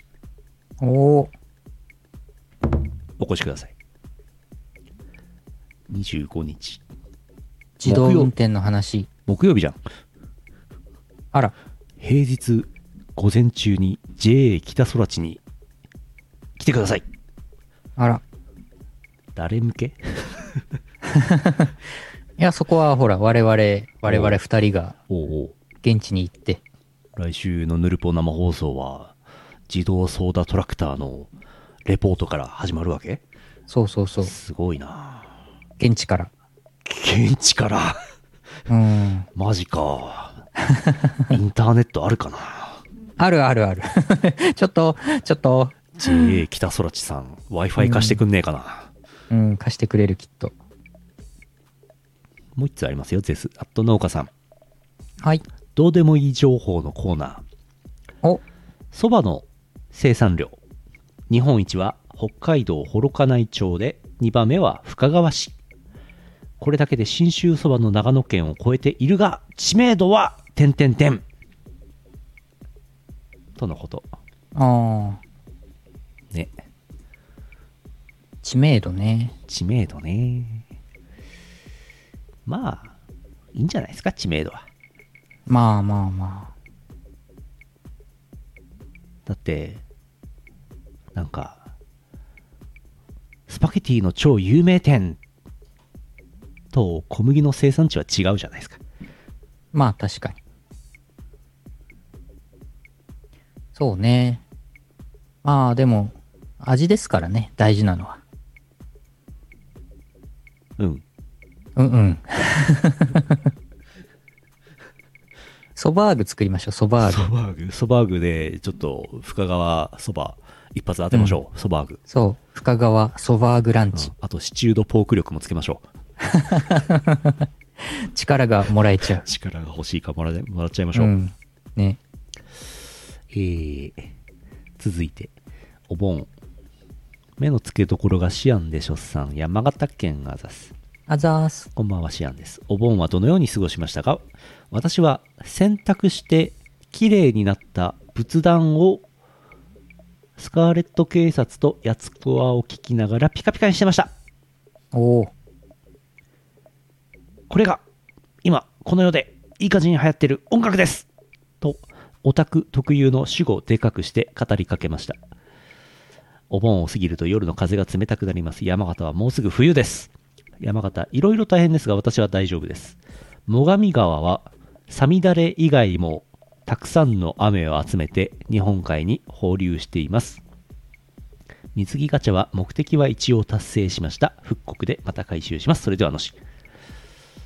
[SPEAKER 1] おー、
[SPEAKER 2] お越しください。25日。
[SPEAKER 1] 自動運転の話。
[SPEAKER 2] 木曜日じゃん。
[SPEAKER 1] あら、
[SPEAKER 2] 平日、午前中に JA 北空地に来てください。
[SPEAKER 1] あら。
[SPEAKER 2] 誰向け
[SPEAKER 1] いや、そこはほら、我々、我々二人が
[SPEAKER 2] おうおう
[SPEAKER 1] 現地に行って、
[SPEAKER 2] 来週のヌルポ生放送は自動ソーダトラクターのレポートから始まるわけ
[SPEAKER 1] そうそうそう、
[SPEAKER 2] すごいな
[SPEAKER 1] 現地から。
[SPEAKER 2] 現地から [laughs]
[SPEAKER 1] うん。
[SPEAKER 2] マジか [laughs] インターネットあるかな
[SPEAKER 1] あるあるある。 [laughs] ちょっと、ちょっと、
[SPEAKER 2] JA 北空知さん w i f i 貸してくんねえかな、
[SPEAKER 1] うん、貸してくれるきっと。
[SPEAKER 2] もう一つありますよゼスアット農家さん
[SPEAKER 1] はい。
[SPEAKER 2] どうでもいい情報のコーナー
[SPEAKER 1] お、
[SPEAKER 2] そばの生産量日本一は北海道幌加内町で2番目は深川市これだけで信州そばの長野県を超えているが知名度は点点点とのこと
[SPEAKER 1] ああ、
[SPEAKER 2] ね
[SPEAKER 1] 知名度ね。
[SPEAKER 2] 知名度ねまあいいんじゃないですか知名度は
[SPEAKER 1] まあまあま
[SPEAKER 2] だってなんかスパゲティの超有名店と小麦の生産地は違うじゃないですか
[SPEAKER 1] あ。まあ確かに。そうね。まあでも、味ですからね、大事なのは。
[SPEAKER 2] うん
[SPEAKER 1] うんうん。 [laughs] ソバーグ作りましょう、ソバーグ。
[SPEAKER 2] バーグソバーグでちょっと深川そば一発当てましょう、そばソバーグ、
[SPEAKER 1] そう、深川ソバーグランチ。
[SPEAKER 2] あとシチュードポーク力もつけましょう
[SPEAKER 1] 力がもらえちゃう。
[SPEAKER 2] 力が欲しいかもらえもらっちゃいまし
[SPEAKER 1] う
[SPEAKER 2] ょう、
[SPEAKER 1] ん。ね。
[SPEAKER 2] えー続いて、お盆。目の付けどころがシアンで出産、山形県アザス。
[SPEAKER 1] あざーす。
[SPEAKER 2] こんばんは、シアンです。お盆はどのように過ごしましたか私は洗濯して綺麗になった仏壇をスカーレット警察とやつこわを聞きながらピカピカにしてました。
[SPEAKER 1] おー
[SPEAKER 2] これが今この世でいい感じに流行ってる音楽ですとオタク特有の主語をでかくして語りかけましたお盆を過ぎると夜の風が冷たくなります山形はもうすぐ冬です山形いろいろ大変ですが私は大丈夫です最上川は五月雨以外もたくさんの雨を集めて日本海に放流しています水着ガチャは目的は一応達成しました復刻でまた回収しますそれではのし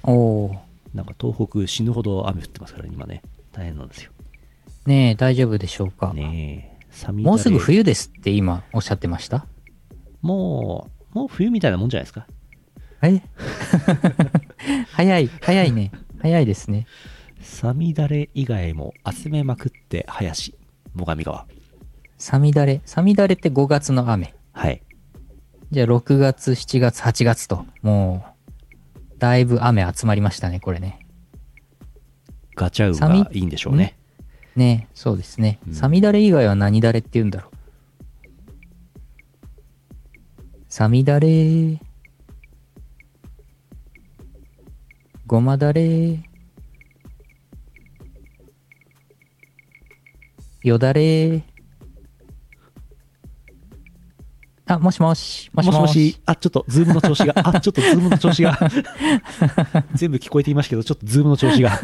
[SPEAKER 1] おー
[SPEAKER 2] なんか東北死ぬほど雨降ってますから、今ね。大変なんですよ。
[SPEAKER 1] ねえ、大丈夫でしょうか。
[SPEAKER 2] ねえ。寒いだれ
[SPEAKER 1] もうすぐ冬ですって今おっしゃってました
[SPEAKER 2] もう、もう冬みたいなもんじゃないですか。
[SPEAKER 1] え [laughs] 早い、早いね。早いですね。
[SPEAKER 2] さみだれ以外も集めまくって林、最上川。
[SPEAKER 1] さみだれ。さみだれって5月の雨。
[SPEAKER 2] はい。
[SPEAKER 1] じゃあ6月、7月、8月と、もう、だいぶ雨集まりましたね、これね。
[SPEAKER 2] ガチャ
[SPEAKER 1] さみ
[SPEAKER 2] ウがいいんでしょうね。
[SPEAKER 1] ねえ、そうですね
[SPEAKER 2] う。ん
[SPEAKER 1] さみだれ以外は何だれって言うんだろう。さみだれ、ごまだれ、よだれ。あ、もしもし。もしもし。
[SPEAKER 2] もしもしあ、ちょっとズームの調子が、あ、ちょっとズームの調子が、 [laughs] 全部聞こえていましたけど、ちょっとズームの調子が。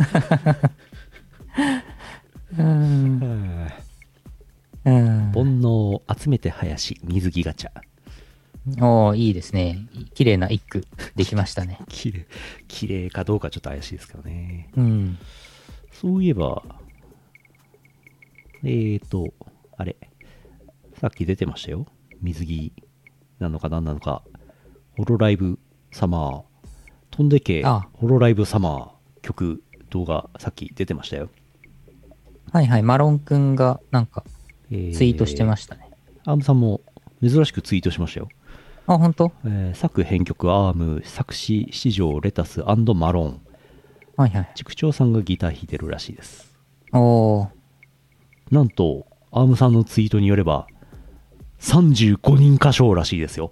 [SPEAKER 1] うん。
[SPEAKER 2] はあ
[SPEAKER 1] うん。
[SPEAKER 2] 煩悩を集めて林、水着ガチャ。
[SPEAKER 1] おおいいですね。綺麗な一句できましたね。
[SPEAKER 2] 綺麗、綺麗かどうかちょっと怪しいですけどね。
[SPEAKER 1] うん。
[SPEAKER 2] そういえば、えーと、あれ、さっき出てましたよ。水着なのか何なのか、ホロライブサマー、飛んでけ
[SPEAKER 1] あ
[SPEAKER 2] ホロライブサマー曲、動画、さっき出てましたよ。
[SPEAKER 1] はいはい。マロンくんがなんかツイートしてま
[SPEAKER 2] し
[SPEAKER 1] したね。
[SPEAKER 2] た。アームさんも珍しくツイートしましたよ。
[SPEAKER 1] あ、本当？
[SPEAKER 2] えー作編曲アーム、作詞、四条、レタスマロン。
[SPEAKER 1] はいはい。
[SPEAKER 2] 畜長さんがギター弾いてるらしいです。
[SPEAKER 1] おお
[SPEAKER 2] なんと、アームさんのツイートによれば、35人歌唱らしいですよ。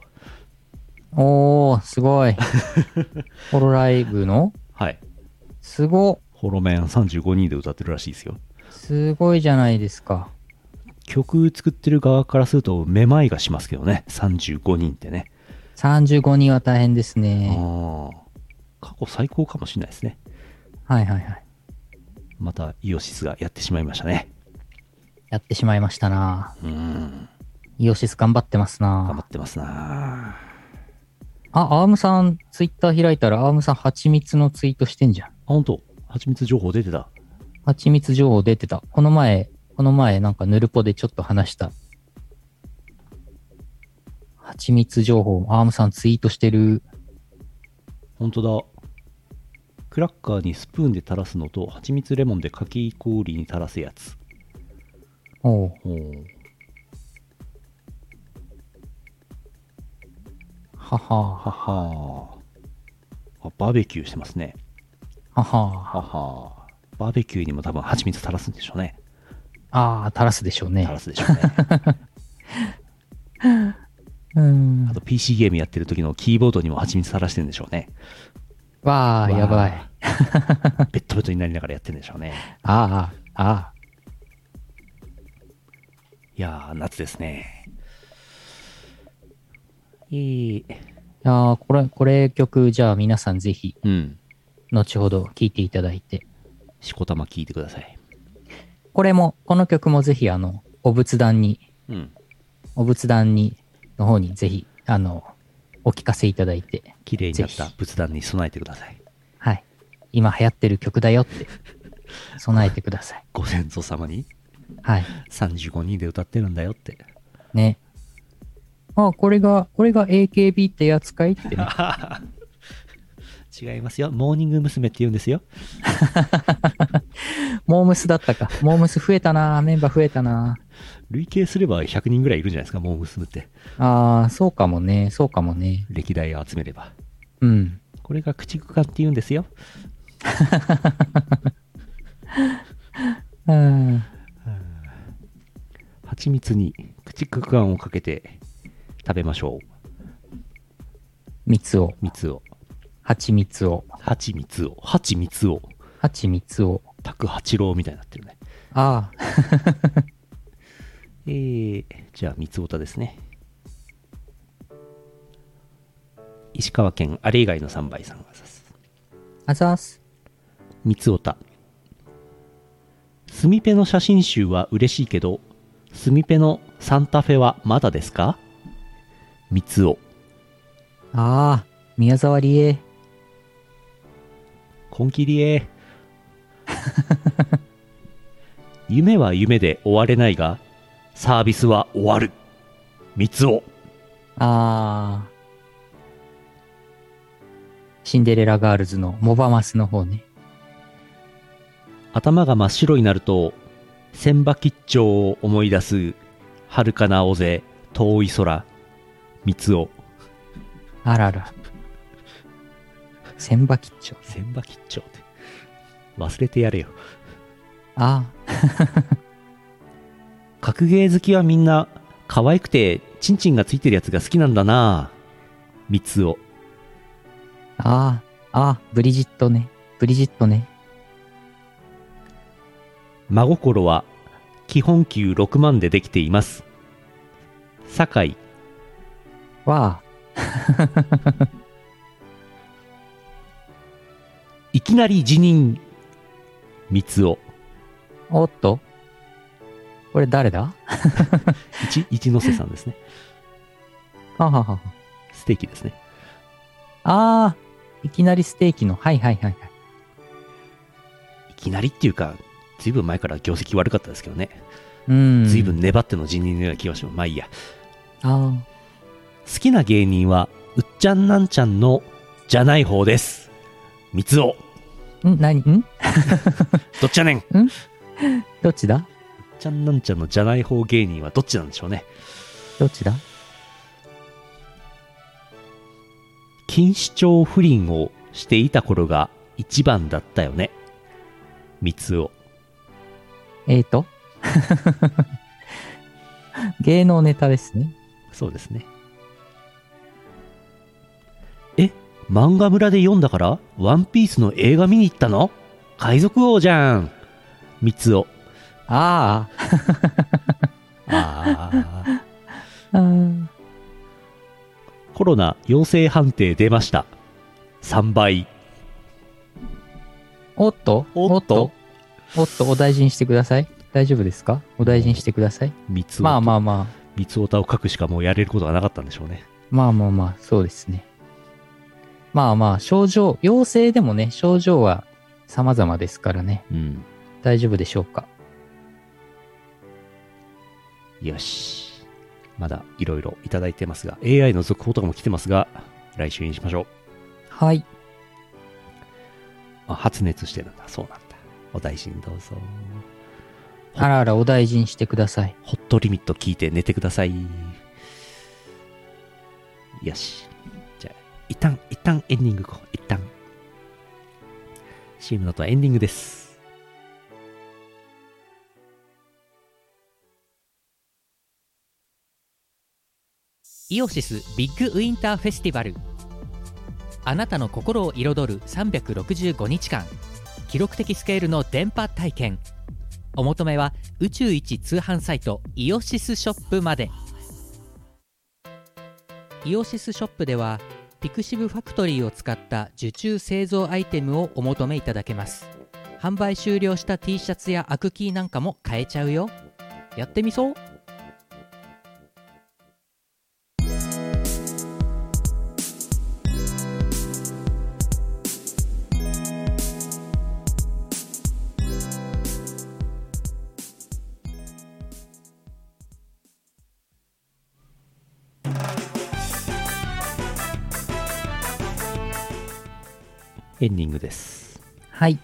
[SPEAKER 1] おおす
[SPEAKER 2] [laughs]
[SPEAKER 1] ごい。ホロライブの
[SPEAKER 2] はい。
[SPEAKER 1] すご。
[SPEAKER 2] ホロメン35人で歌ってるらしいですよ。
[SPEAKER 1] すごいじゃないですか。
[SPEAKER 2] 曲作ってる側からすると、めまいがしますけどね。35人ってね。
[SPEAKER 1] 35人は大変です
[SPEAKER 2] あ
[SPEAKER 1] ね。
[SPEAKER 2] ー過去最高かもしれないですね。
[SPEAKER 1] はいはいはい。
[SPEAKER 2] また、イオシスがやってしまいましたね。
[SPEAKER 1] やってしまいましたな。
[SPEAKER 2] うーん。
[SPEAKER 1] イオシス頑張ってます
[SPEAKER 2] 頑張
[SPEAKER 1] な。
[SPEAKER 2] ってますなあ
[SPEAKER 1] あ、アームさん、ツイッター開いたら、アームさん、蜂蜜のツイートしてんじゃん。
[SPEAKER 2] ほんと、蜂蜜情報出てた。
[SPEAKER 1] 蜂蜜情報出てた。この前、この前、なんかヌルポでちょっと話した。蜂蜜情報、アームさんツイートしてる。
[SPEAKER 2] ほんとだ。クラッカーにスプーンで垂らすのと、蜂蜜レモンでかき氷に垂らすやつ。
[SPEAKER 1] おう
[SPEAKER 2] おー
[SPEAKER 1] はは、
[SPEAKER 2] ははーあバーベキューしてますね
[SPEAKER 1] はは。
[SPEAKER 2] ははーバーベキューにも多分蜂蜜垂らすんでしょうね
[SPEAKER 1] ああ、垂らすでしょう
[SPEAKER 2] 垂
[SPEAKER 1] ね。
[SPEAKER 2] らすでしょ [laughs] うね
[SPEAKER 1] うん
[SPEAKER 2] あ。と PC ゲームやってる時のキーボードにも蜂蜜垂らしてるんでしょうね
[SPEAKER 1] わあ、
[SPEAKER 2] わー
[SPEAKER 1] やばい。
[SPEAKER 2] [laughs] ベッドベッドになりながらやってるんでしょうね
[SPEAKER 1] ああ、あ
[SPEAKER 2] いやー夏ですねいい
[SPEAKER 1] あ。いやーこれ、これ曲、じゃあ皆さんぜひ、
[SPEAKER 2] うん
[SPEAKER 1] 後ほど聴いていただいて。
[SPEAKER 2] しこたま聞いてください
[SPEAKER 1] これも、この曲もぜひ、あの、お仏壇に
[SPEAKER 2] うん
[SPEAKER 1] お仏壇に、の方にぜひ、あの、お聞かせいただいて、
[SPEAKER 2] 綺麗になっ
[SPEAKER 1] ぜ
[SPEAKER 2] た
[SPEAKER 1] ひ
[SPEAKER 2] 仏壇に備えてください
[SPEAKER 1] はい。今流行ってる曲だよって、備えてください。
[SPEAKER 2] ご先祖様に
[SPEAKER 1] はい。
[SPEAKER 2] 35人で歌ってるんだよって
[SPEAKER 1] ね。あ、これが、これが AKB ってやつかいってね。
[SPEAKER 2] [laughs] 違いますよモーニング娘。って言うんですよ
[SPEAKER 1] モームスだったか。モームス増えたなメンバー増えたな
[SPEAKER 2] 累計すれば100人ぐらいいるんじゃないですか、モー娘って。
[SPEAKER 1] あー、そうかもね。そうかもね。
[SPEAKER 2] 歴代を集めれば。
[SPEAKER 1] うん。
[SPEAKER 2] これが駆逐艦って言うんですよ。
[SPEAKER 1] うん。
[SPEAKER 2] 蜂蜜に駆逐艦をかけて食べましょう。
[SPEAKER 1] 蜜を。
[SPEAKER 2] 蜜を。
[SPEAKER 1] 蜂蜜を。
[SPEAKER 2] 蜂蜜を。蜂蜜を。
[SPEAKER 1] 蜂蜜を。
[SPEAKER 2] 拓八郎みたいになってるね。
[SPEAKER 1] あー。
[SPEAKER 2] えー、じゃあ、蜜オタですね。石川県あれ以外の3倍さんが指す。
[SPEAKER 1] あざーす。
[SPEAKER 2] 三つおた。スミペの写真集は嬉しいけど、スミペのサンタフェはまだですか三つお。
[SPEAKER 1] あー。宮沢りえ。
[SPEAKER 2] 根気りえ。 [laughs] 夢は夢で終われないが、サービスは終わる。三つお。
[SPEAKER 1] ああ。シンデレラガールズのモバマスの方ね。
[SPEAKER 2] 頭が真っ白になると、千葉吉兆を思い出す、遥かな尾瀬、遠い空。三つお。
[SPEAKER 1] あらら。千葉吉兆。
[SPEAKER 2] 千葉吉兆って。忘れてやれよ。
[SPEAKER 1] あ
[SPEAKER 2] 格ゲー好きはみんな可愛くてチンチンがついてるやつが好きなんだな三つを
[SPEAKER 1] あ、ああ、ああ、ブリジットね。ブリジットね。
[SPEAKER 2] 真心は基本給6万でできています。酒井、
[SPEAKER 1] わ
[SPEAKER 2] いきなり辞任。三尾、
[SPEAKER 1] あ、おっと。これ誰だ
[SPEAKER 2] 一、一ノ瀬さんですね。 [laughs]
[SPEAKER 1] あははは。
[SPEAKER 2] ステーキですね。
[SPEAKER 1] あー、いきなりステーキの。はいはいはいはい。
[SPEAKER 2] いきなりっていうか、ずいぶん前から業績悪かったですけどね。
[SPEAKER 1] うん。
[SPEAKER 2] ずいぶん粘っての辞任のような気がします。まあいいや。
[SPEAKER 1] あ
[SPEAKER 2] 好きな芸人は、うっちゃんなんちゃんの、じゃない方です。三尾、
[SPEAKER 1] ー。ん何ん
[SPEAKER 2] どっちやねん。うっ
[SPEAKER 1] どっちだ
[SPEAKER 2] ちゃんなんちゃんのじゃない方芸人はどっちなんでしょうね。
[SPEAKER 1] どっちだ
[SPEAKER 2] 錦糸町不倫をしていた頃が一番だったよね。三尾。
[SPEAKER 1] えーと。 [laughs] 芸能ネタですね。
[SPEAKER 2] そうですね。え、漫画村で読んだから、ワンピースの映画見に行ったの海賊王じゃん。三つお。
[SPEAKER 1] あー
[SPEAKER 2] ああ。
[SPEAKER 1] あー。
[SPEAKER 2] コロナ陽性判定出ました。3倍。
[SPEAKER 1] おっと
[SPEAKER 2] おっと
[SPEAKER 1] おっと、お大事にしてください。大丈夫ですかお大事にしてください。
[SPEAKER 2] 三つお。
[SPEAKER 1] まあまあまあ。
[SPEAKER 2] 三つおたを書くしかもうやれることがなかったんでしょうね。
[SPEAKER 1] まあまあまあ、そうですね。まあまあ、症状、陽性でもね、症状は様々ですからね。
[SPEAKER 2] うん。
[SPEAKER 1] 大丈夫でしょうか
[SPEAKER 2] よし。まだいろいろいただいてますが、AI の続報とかも来てますが、来週にしましょう。
[SPEAKER 1] はい。
[SPEAKER 2] あ発熱してるんだ。そうなんだ。お大事にどうぞ。
[SPEAKER 1] あらあら、お大事にしてください。
[SPEAKER 2] ホットリミット聞いて寝てください。よし。じゃあ、一旦、一旦エンディングこう。一旦。CM の後はエンディングです。
[SPEAKER 3] イオシスビッグウィンターフェスティバルあなたの心を彩る365日間記録的スケールの電波体験お求めは宇宙一通販サイトイオシスショップまでイオシスショップではピクシブファクトリーを使った受注製造アイテムをお求めいただけます販売終了した T シャツやアクキーなんかも買えちゃうよやってみそう
[SPEAKER 2] エンディングです。
[SPEAKER 1] はい。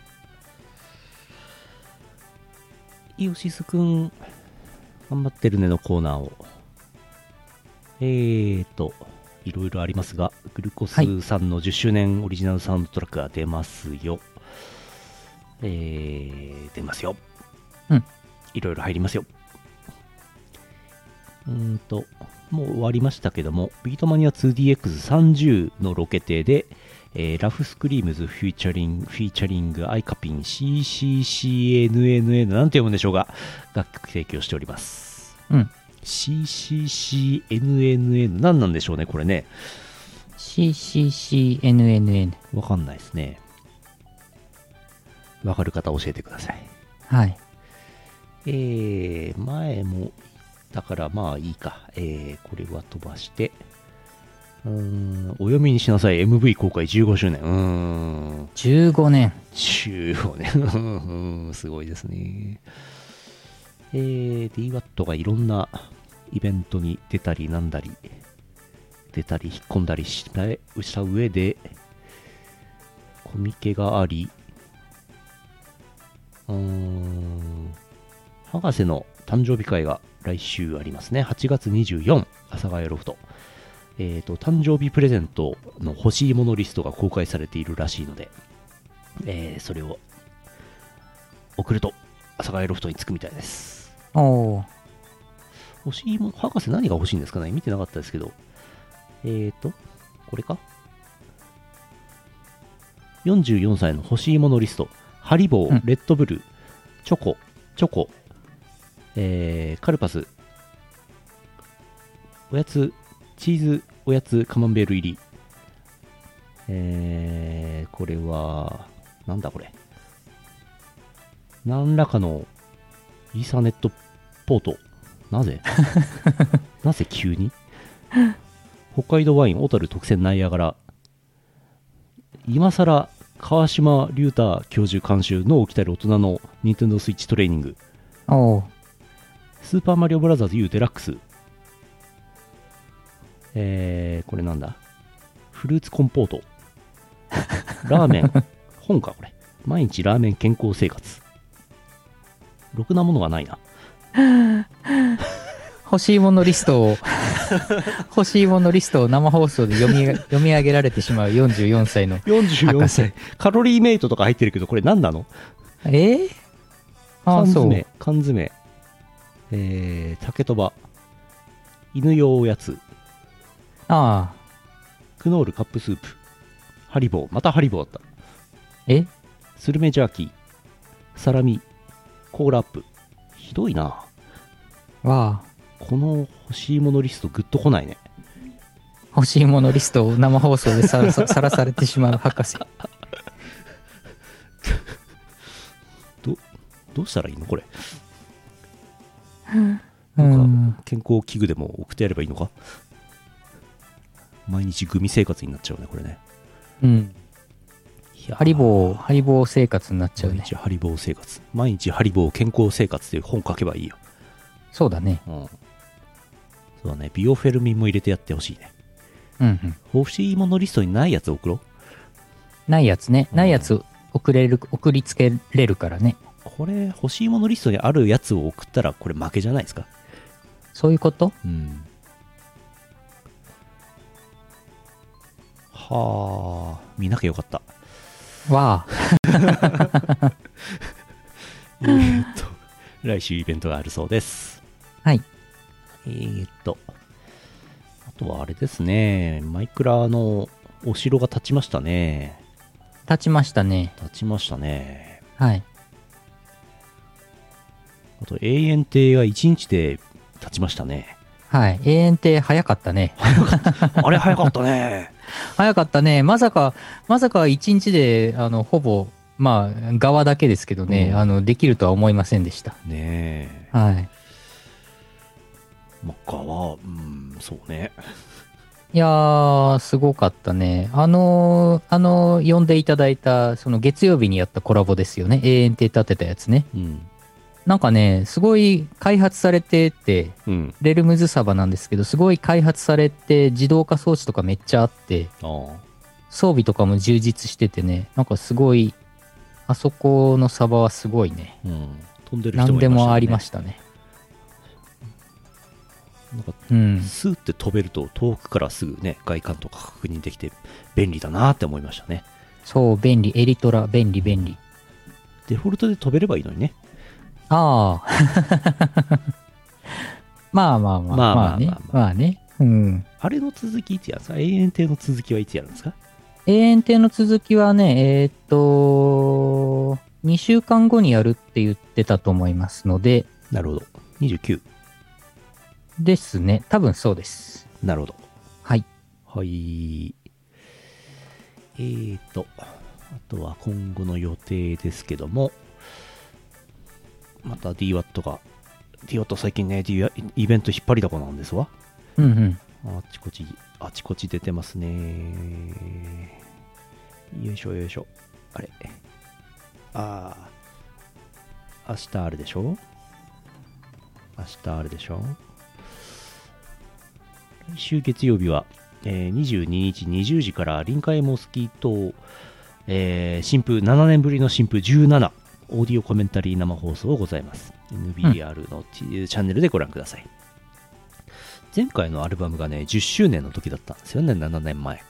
[SPEAKER 2] イオシスくん、頑張ってるねのコーナーを。えーと、いろいろありますが、グルコ
[SPEAKER 1] はい
[SPEAKER 2] スさんの10周年オリジナルサウンドトラックが出ますよ。えー、出ますよ。
[SPEAKER 1] うん。
[SPEAKER 2] いろいろ入りますよ。うーんと、もう終わりましたけども、ビートマニア 2DX30 のロケテで、えーラフスクリームズフューチャリング、フィーチャリング、アイカピン、CCCNNN、なんて読むんでしょうが、楽曲提供しております。
[SPEAKER 1] うん。
[SPEAKER 2] CCCNNN、何なんでしょうね、これね。
[SPEAKER 1] CCCNNN。
[SPEAKER 2] わかんないですね。わかる方教えてください。
[SPEAKER 1] はい。
[SPEAKER 2] えー、前も、だからまあいいか。えー、これは飛ばして。うーん、お読みにしなさい。MV 公開15周年。うーん、
[SPEAKER 1] 15年。
[SPEAKER 2] 15年。 [laughs] うーんすごいですね。えー、DWAT がいろんなイベントに出たりなんだり、出たり引っ込んだりしたした上で、コミケがあり、うーん、博士の誕生日会が来週ありますね。8月24、阿佐ヶ谷ロフト。えっ、と、誕生日プレゼントの欲しいものリストが公開されているらしいので、えーそれを送ると、阿佐ヶ谷ロフトに着くみたいです。
[SPEAKER 1] おー。
[SPEAKER 2] 欲しいもの、博士何が欲しいんですかね見てなかったですけど。えっ、ー、と、これか ?44 歳の欲しいものリスト。ハリボー、
[SPEAKER 1] うん
[SPEAKER 2] レッドブル、チョコ、チョコ、えーカルパス、おやつ、チーズ、おやつ、カマンベール入り。えーこれは、なんだこれ。何らかのイーサネットポート。なぜなぜ急に北海道ワイン、小樽特選ナイアガラ。今さら、川島隆太教授監修の起きたる大人のニンテンドースイッチトレーニング。
[SPEAKER 1] おう
[SPEAKER 2] スーパーマリオブラザーズ U デラックス。えー、これなんだフルーツコンポート。ラーメン。本か、これ。毎日ラーメン健康生活。ろくなものがないな。
[SPEAKER 1] 欲しいものリストを、 [laughs] 欲しいものリストを生放送で読み [laughs] 読み上げられてしまう44歳の。
[SPEAKER 2] 44
[SPEAKER 1] 博
[SPEAKER 2] 歳。カロリーメイトとか入ってるけど、これ何なの
[SPEAKER 1] えー、ああ、
[SPEAKER 2] 缶
[SPEAKER 1] そう。
[SPEAKER 2] 詰、缶詰。えー、竹とば。犬用おやつ。
[SPEAKER 1] ああ、
[SPEAKER 2] クノールカップスープ。ハリボー。またハリボーだった。
[SPEAKER 1] え
[SPEAKER 2] スルメジャーキー、サラミ、コーラアップ。ひどいな。
[SPEAKER 1] わあ、
[SPEAKER 2] この欲しいものリストぐっと来ないね。
[SPEAKER 1] 欲しいものリストを生放送でさらさ [laughs] さらされてしまう博士。
[SPEAKER 2] どうしたらいいのこれ。
[SPEAKER 1] う
[SPEAKER 2] なんか
[SPEAKER 1] ん。
[SPEAKER 2] 健康器具でも送ってやればいいのか毎日グミ生活になっちゃうね、これね。
[SPEAKER 1] うん。
[SPEAKER 2] いやー
[SPEAKER 1] ハリボー、ハリボー生活になっちゃう
[SPEAKER 2] 毎
[SPEAKER 1] ね。
[SPEAKER 2] 日ハリボー生活。毎日ハリボー健康生活っていう本書けばいいよ。
[SPEAKER 1] そうだね。
[SPEAKER 2] うん。そうだね。ビオフェルミンも入れてやってほしいね。
[SPEAKER 1] うん、うん。
[SPEAKER 2] 欲しいものリストにないやつ送ろう。
[SPEAKER 1] ないやつね。
[SPEAKER 2] うん
[SPEAKER 1] ないやつ送れる、送りつけれるからね。
[SPEAKER 2] これ、欲しいものリストにあるやつを送ったら、これ負けじゃないですか。
[SPEAKER 1] そういうこと
[SPEAKER 2] うん。はあ、見なきゃよかった。
[SPEAKER 1] わあ、
[SPEAKER 2] えーっと、 [laughs] 来週イベントがあるそうです。
[SPEAKER 1] はい。
[SPEAKER 2] えーっと、あとはあれですね、マイクラのお城が建ちましたね。
[SPEAKER 1] 立ちましたね。
[SPEAKER 2] 建ちましたね。
[SPEAKER 1] はい。
[SPEAKER 2] あと、永遠亭が1日で建ちました [laughs] ね。
[SPEAKER 1] はい。永遠って早かったね。
[SPEAKER 2] あれ、早かったね。
[SPEAKER 1] 早かったね。まさか、まさか1日で、あの、ほぼ、まあ、側だけですけどね、
[SPEAKER 2] うん
[SPEAKER 1] あの、できるとは思いませんでした。
[SPEAKER 2] ねえ。
[SPEAKER 1] はい。
[SPEAKER 2] マッカーは、うん、そうね。
[SPEAKER 1] いやー、すごかったね。あのーあのー呼んでいただいた、その月曜日にやったコラボですよね。永遠亭立てたやつね。
[SPEAKER 2] うん。
[SPEAKER 1] なんかね、すごい開発されてて、
[SPEAKER 2] うん。
[SPEAKER 1] レルムズサバなんですけど、すごい開発されて、自動化装置とかめっちゃあって、
[SPEAKER 2] ああ。
[SPEAKER 1] 装備とかも充実しててね、なんかすごい、あそこのサバはすごいね。
[SPEAKER 2] うん。飛んでる人
[SPEAKER 1] 何
[SPEAKER 2] もいましたね。
[SPEAKER 1] でもありましたね。
[SPEAKER 2] なんか
[SPEAKER 1] うん。
[SPEAKER 2] スーって飛べると遠くからすぐね外観とか確認できて便利だなって思いましたね
[SPEAKER 1] そう、便利。エリトラ、便利、便利。
[SPEAKER 2] デフォルトで飛べればいいのにね
[SPEAKER 1] ああ。 [laughs] まあまあまあ。
[SPEAKER 2] ま
[SPEAKER 1] ま
[SPEAKER 2] あ
[SPEAKER 1] あ
[SPEAKER 2] まあ
[SPEAKER 1] ね
[SPEAKER 2] まあ。ま
[SPEAKER 1] まあね。うん。
[SPEAKER 2] あれの続きいつやるんですか永遠亭の続きはいつやるんですか
[SPEAKER 1] 永遠亭の続きはね、えーっと、2週間後にやるって言ってたと思いますので、
[SPEAKER 2] なるほど29
[SPEAKER 1] ですね。多分そうです。
[SPEAKER 2] なるほど
[SPEAKER 1] はい。
[SPEAKER 2] はいえーとあとは今後の予定ですけどもまた DWAT が DWAT 最近ね、D、イベント引っ張りだこなんですわ
[SPEAKER 1] うんうん。
[SPEAKER 2] あちこち、あちこち出てますね。よいしょよいしょ。あれ。ああ。明日あれでしょ明日あれでしょ来週月曜日は、えー22日20時から臨海モスキー島、えー新風、7年ぶりの新風17、オーディオコメンタリー生放送ございます。NBR のチ,、チャンネルでご覧ください。前回のアルバムがね、10周年の時だったんですよね、7年前。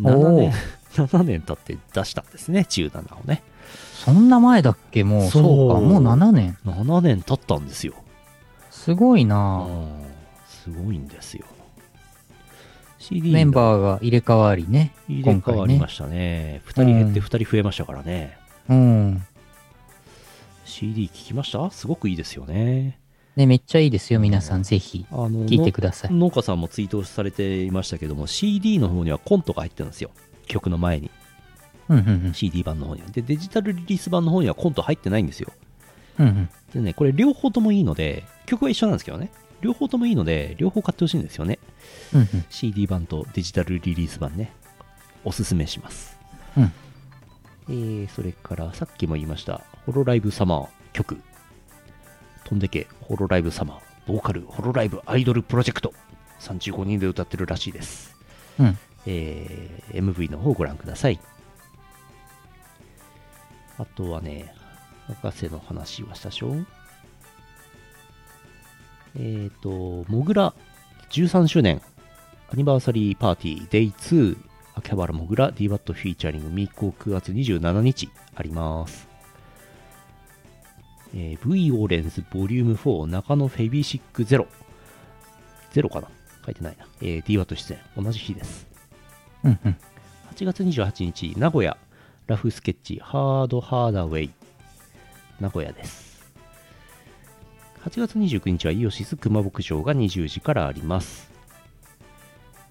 [SPEAKER 2] 7
[SPEAKER 1] お
[SPEAKER 2] 年
[SPEAKER 1] ー
[SPEAKER 2] 7年経って出したんですね、17をね。
[SPEAKER 1] そんな前だっけもう、
[SPEAKER 2] そう
[SPEAKER 1] そうか。もう7年。
[SPEAKER 2] 7年経ったんですよ。
[SPEAKER 1] すごいうなあ
[SPEAKER 2] ん、すごいんですよ。CD
[SPEAKER 1] メン
[SPEAKER 2] ー
[SPEAKER 1] バーが入れ替わりね。
[SPEAKER 2] 入れ替わりま
[SPEAKER 1] し
[SPEAKER 2] したね。2人減って2人増えましたからね。
[SPEAKER 1] た。うん。
[SPEAKER 2] CD 聞きましたすごくいいですよね。
[SPEAKER 1] ね、めっちゃいいですよ、皆さん。ぜひ、
[SPEAKER 2] あの
[SPEAKER 1] 聞いてください。
[SPEAKER 2] 農家さんもツイートされていましたけども CD の方にはコントが入ってるんですよ曲の前に
[SPEAKER 1] うん、うん、
[SPEAKER 2] CD 版の方にはでデジタルリリース版の方にはコント入ってないんですよ
[SPEAKER 1] うん。うん、
[SPEAKER 2] でねこれ両方ともいいので曲は一緒なんですけどね両方ともいいので両方買ってほしいんですよね
[SPEAKER 1] うん、うん。
[SPEAKER 2] CD 版とデジタルリリース版ねおすすめします
[SPEAKER 1] うん
[SPEAKER 2] えー、それからさっきも言いましたホロライブサマー曲飛んでけホロライブサマーボーカルホロライブアイドルプロジェクト35人で歌ってるらしいです
[SPEAKER 1] うん
[SPEAKER 2] えー MV の方をご覧くださいあとはね博士の話はしたでしょえっ、とモグラ13周年アニバーサリーパーティー Day2 秋葉原もぐら DWAT フィーチャリング3日9月27日あります、えー V オーレンズボリューム4中野フェビシックゼロゼロかな書いてないな、えー、DWAT 出演同じ日です
[SPEAKER 1] うん、うん。
[SPEAKER 2] 8月28日、名古屋、ラフスケッチ、ハードハーダウェイ、名古屋です。8月29日はイオシス熊牧場が20時からあります。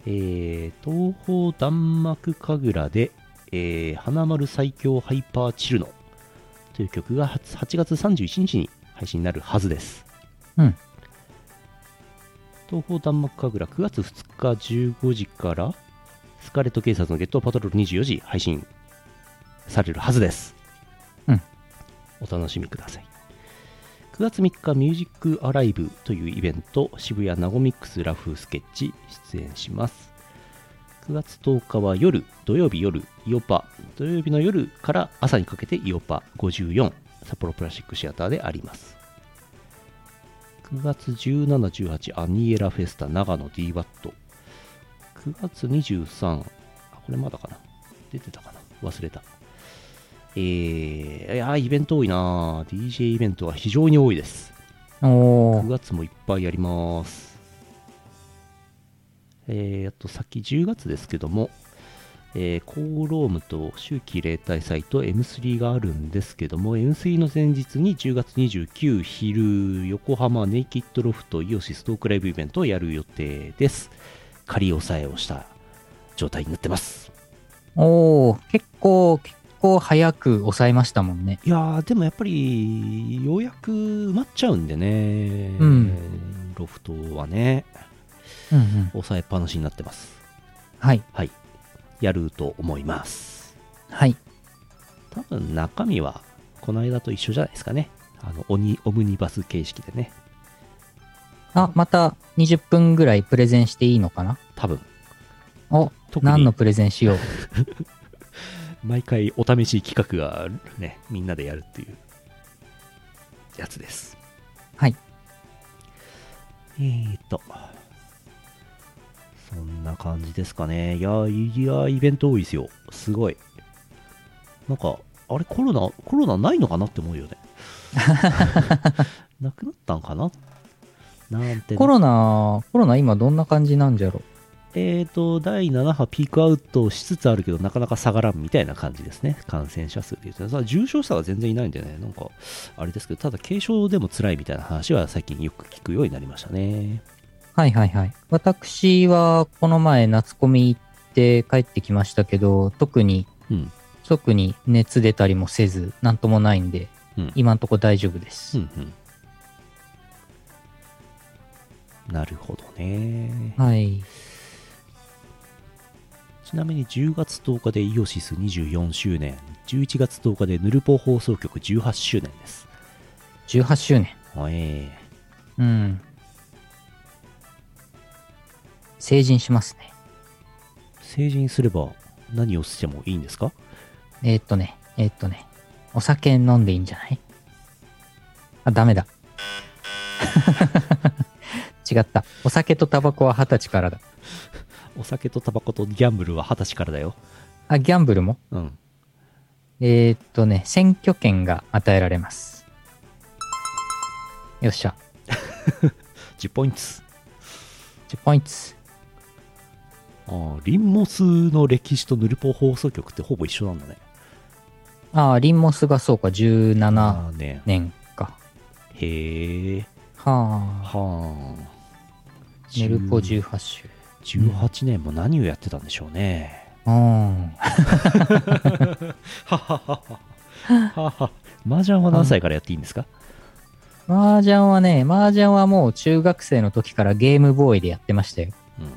[SPEAKER 2] えー、東方弾幕神楽で、えー花丸最強ハイパーチルノという曲が 8, 8月31日に配信になるはずです。
[SPEAKER 1] うん
[SPEAKER 2] 東方弾幕神楽9月2日15時からスカーレット警察のゲットパトロール24時配信されるはずです。
[SPEAKER 1] うん。
[SPEAKER 2] お楽しみください。9月3日、ミュージックアライブというイベント、渋谷ナゴミックスラフスケッチ出演します。9月10日は夜、土曜日夜、イオパ、土曜日の夜から朝にかけてイオパ54、札幌プラスチックシアターであります。9月17、18、アニエラフェスタ、長野 DWAT、9月23あこれまだかな出てたかな忘れたえー、いやーイベント多いなー DJ イベントは非常に多いです
[SPEAKER 1] お
[SPEAKER 2] 9
[SPEAKER 1] ー。
[SPEAKER 2] 月もいっぱいやりますえー、あとさっき10月ですけどもえー、コーロームと秋季例体祭と M3 があるんですけども M3 の前日に10月29昼横浜ネイキッドロフトイオシストークライブイベントをやる予定です仮押さえをした状態になってます
[SPEAKER 1] おー。結構、結構早く抑えましたもんね。
[SPEAKER 2] いやーでもやっぱりようやく埋まっちゃうんでね、
[SPEAKER 1] うん
[SPEAKER 2] ロフトはね
[SPEAKER 1] うん、うん。
[SPEAKER 2] 抑えっぱなしになってます
[SPEAKER 1] はい。
[SPEAKER 2] はいやると思います
[SPEAKER 1] はい。
[SPEAKER 2] 多分中身はこの間と一緒じゃないですかねあのオニオムニバス形式でね
[SPEAKER 1] あ、また20分ぐらいプレゼンしていいのかな
[SPEAKER 2] 多分
[SPEAKER 1] お、
[SPEAKER 2] 特
[SPEAKER 1] 何の
[SPEAKER 2] に
[SPEAKER 1] プレゼンしよう。
[SPEAKER 2] 毎回お試し企画がねみんなでやるっていうやつです
[SPEAKER 1] はい
[SPEAKER 2] えーっとそんな感じですかねいやーいやーイベント多いですよすごいなんかあれコロナコロナないのかなって思うよ
[SPEAKER 1] [laughs]
[SPEAKER 2] ねなくなったんかななんてね
[SPEAKER 1] コロナ、コロナ今どんな感じなんじゃろ
[SPEAKER 2] えーと、第7波ピークアウトしつつあるけど、なかなか下がらんみたいな感じですね。感染者数でいうと、ね。ただ重症者は全然いないんでね、なんか、あれですけど、ただ軽症でも辛いみたいな話は最近よく聞くようになりましたね。
[SPEAKER 1] はいはいはい。私はこの前夏コミ行って帰ってきましたけど、特に、
[SPEAKER 2] うん。
[SPEAKER 1] 特に熱出たりもせず、なんともないんで、
[SPEAKER 2] うん
[SPEAKER 1] 今んとこ大丈夫で
[SPEAKER 2] う
[SPEAKER 1] す。
[SPEAKER 2] んうん。なるほどね。
[SPEAKER 1] はい。
[SPEAKER 2] ちなみに10月10日でイオシス24周年、11月10日でヌルポ放送局18周年です。
[SPEAKER 1] 18周年。
[SPEAKER 2] はい、
[SPEAKER 1] うん。成人しますね。
[SPEAKER 2] 成人すれば何をしてもいいんですか
[SPEAKER 1] えーっとね、えーっとね、お酒飲んでいいんじゃないあ、ダメだ。 [laughs] 違った。お酒とタバコは二十歳からだ。
[SPEAKER 2] お酒とタバコとギャンブルは二十歳からだよ。
[SPEAKER 1] あ、ギャンブルも
[SPEAKER 2] うん。
[SPEAKER 1] えーっとね、選挙権が与えられます。よっしゃ。
[SPEAKER 2] 10ポイント。
[SPEAKER 1] 10ポイント。
[SPEAKER 2] ああ、リンモスの歴史とヌルポ放送局ってほぼ一緒なんだね。
[SPEAKER 1] ああ、リンモスがそうか、17
[SPEAKER 2] あーね。
[SPEAKER 1] 年か。
[SPEAKER 2] へえ。
[SPEAKER 1] はあ。
[SPEAKER 2] はあ。
[SPEAKER 1] メルコ18周。
[SPEAKER 2] 18年も何をやってたんでしょうね。
[SPEAKER 1] うん。
[SPEAKER 2] はははは。はは。麻雀は何歳からやっていいんですか
[SPEAKER 1] 麻雀はね、麻雀はもう中学生の時からゲームボーイでやってましたよ。
[SPEAKER 2] うん。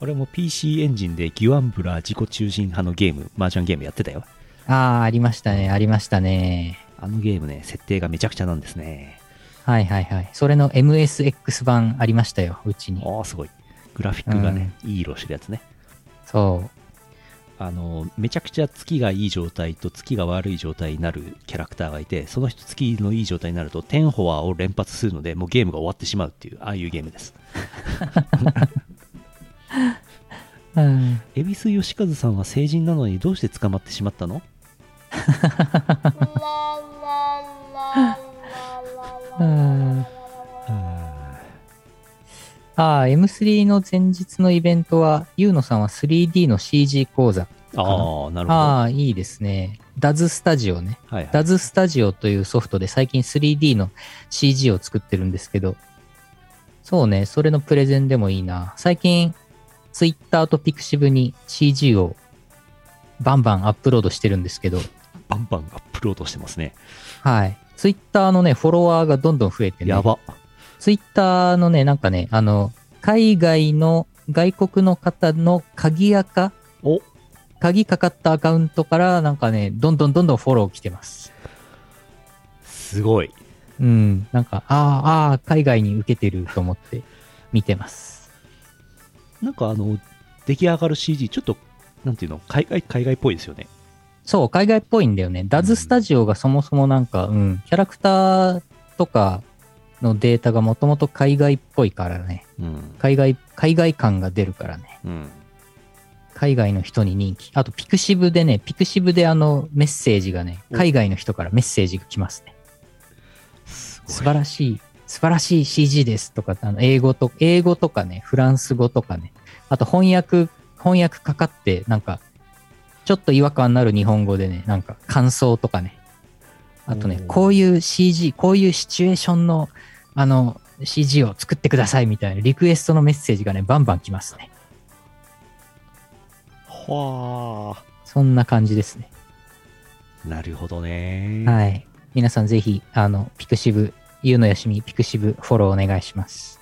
[SPEAKER 2] 俺も PC エンジンでギュアンブラ自己中心派のゲーム、麻雀ゲームやってたよ。
[SPEAKER 1] ああ、ありましたね、ありましたね。
[SPEAKER 2] あのゲームね、設定がめちゃくちゃなんですね。
[SPEAKER 1] はいはいはい。それの MSX 版ありましたよ、うちに。
[SPEAKER 2] ああ、すごい。グラフィックがね、いい色してるやつね。
[SPEAKER 1] そ
[SPEAKER 2] あの、めちゃくちゃ月がいい状態と月が悪い状態になるキャラクターがいて、その人月のいい状態になると、テンホアを連発するので、もうゲームが終わってしまうっていう、ああいうゲームです。
[SPEAKER 1] う。うん。
[SPEAKER 2] 恵比寿義和さんは成人なのにどうして捕まってしまったの
[SPEAKER 1] うんああ、M3 の前日のイベントは、ゆうのさんは 3D の CG 講座。
[SPEAKER 2] ああ、なるほど。
[SPEAKER 1] ああ、いいですね。ダズスタジオね。
[SPEAKER 2] はいはい
[SPEAKER 1] ダズスタジオというソフトで最近 3D の CG を作ってるんですけど、そうね、それのプレゼンでもいいな。最近、Twitter と Pixiv に CG をバンバンアップロードしてるんですけど、
[SPEAKER 2] バンバンアップロードしてますね。
[SPEAKER 1] はい。Twitter のね、フォロワーがどんどん増えてね。
[SPEAKER 2] やば。
[SPEAKER 1] ツイッターのね、なんかね、あの、海外の外国の方の鍵垢
[SPEAKER 2] お
[SPEAKER 1] 鍵かかったアカウントから、なんかね、どんどんどんどんフォロー来てます。
[SPEAKER 2] すごい。
[SPEAKER 1] うん。なんか、ああ、ああ、海外に受けてると思って見てます。
[SPEAKER 2] なんかあの、出来上がる CG、ちょっと、なんていうの、海外、海外っぽいですよね。
[SPEAKER 1] そう、海外っぽいんだよね。ダズスタジオがそもそもなんか、うん、キャラクターとかのデータがもともと海外っぽいからね。
[SPEAKER 2] うん。
[SPEAKER 1] 海外、海外感が出るからね。
[SPEAKER 2] うん。
[SPEAKER 1] 海外の人に人気。あと、ピクシブでね、ピクシブであの、メッセージがね、
[SPEAKER 2] お
[SPEAKER 1] 海外の人からメッセージが来ますね。
[SPEAKER 2] す
[SPEAKER 1] 素晴らしい、素晴らしい CG ですとか、あの英語と、英語とかね、フランス語とかね。あと、翻訳、翻訳かかって、なんか、ちょっと違和感のある日本語でね、なんか、感想とかね。あとね
[SPEAKER 2] お、ー
[SPEAKER 1] こういう CG、こういうシチュエーションの、あの、CG を作ってくださいみたいなリクエストのメッセージがね、バンバン来ますね。
[SPEAKER 2] は
[SPEAKER 1] そんな感じですね。
[SPEAKER 2] あ。なるほどね。
[SPEAKER 1] はい。皆さんぜひ、あの、ピクシブ、ゆうのよしみ、ピクシブ、フォローお願いします。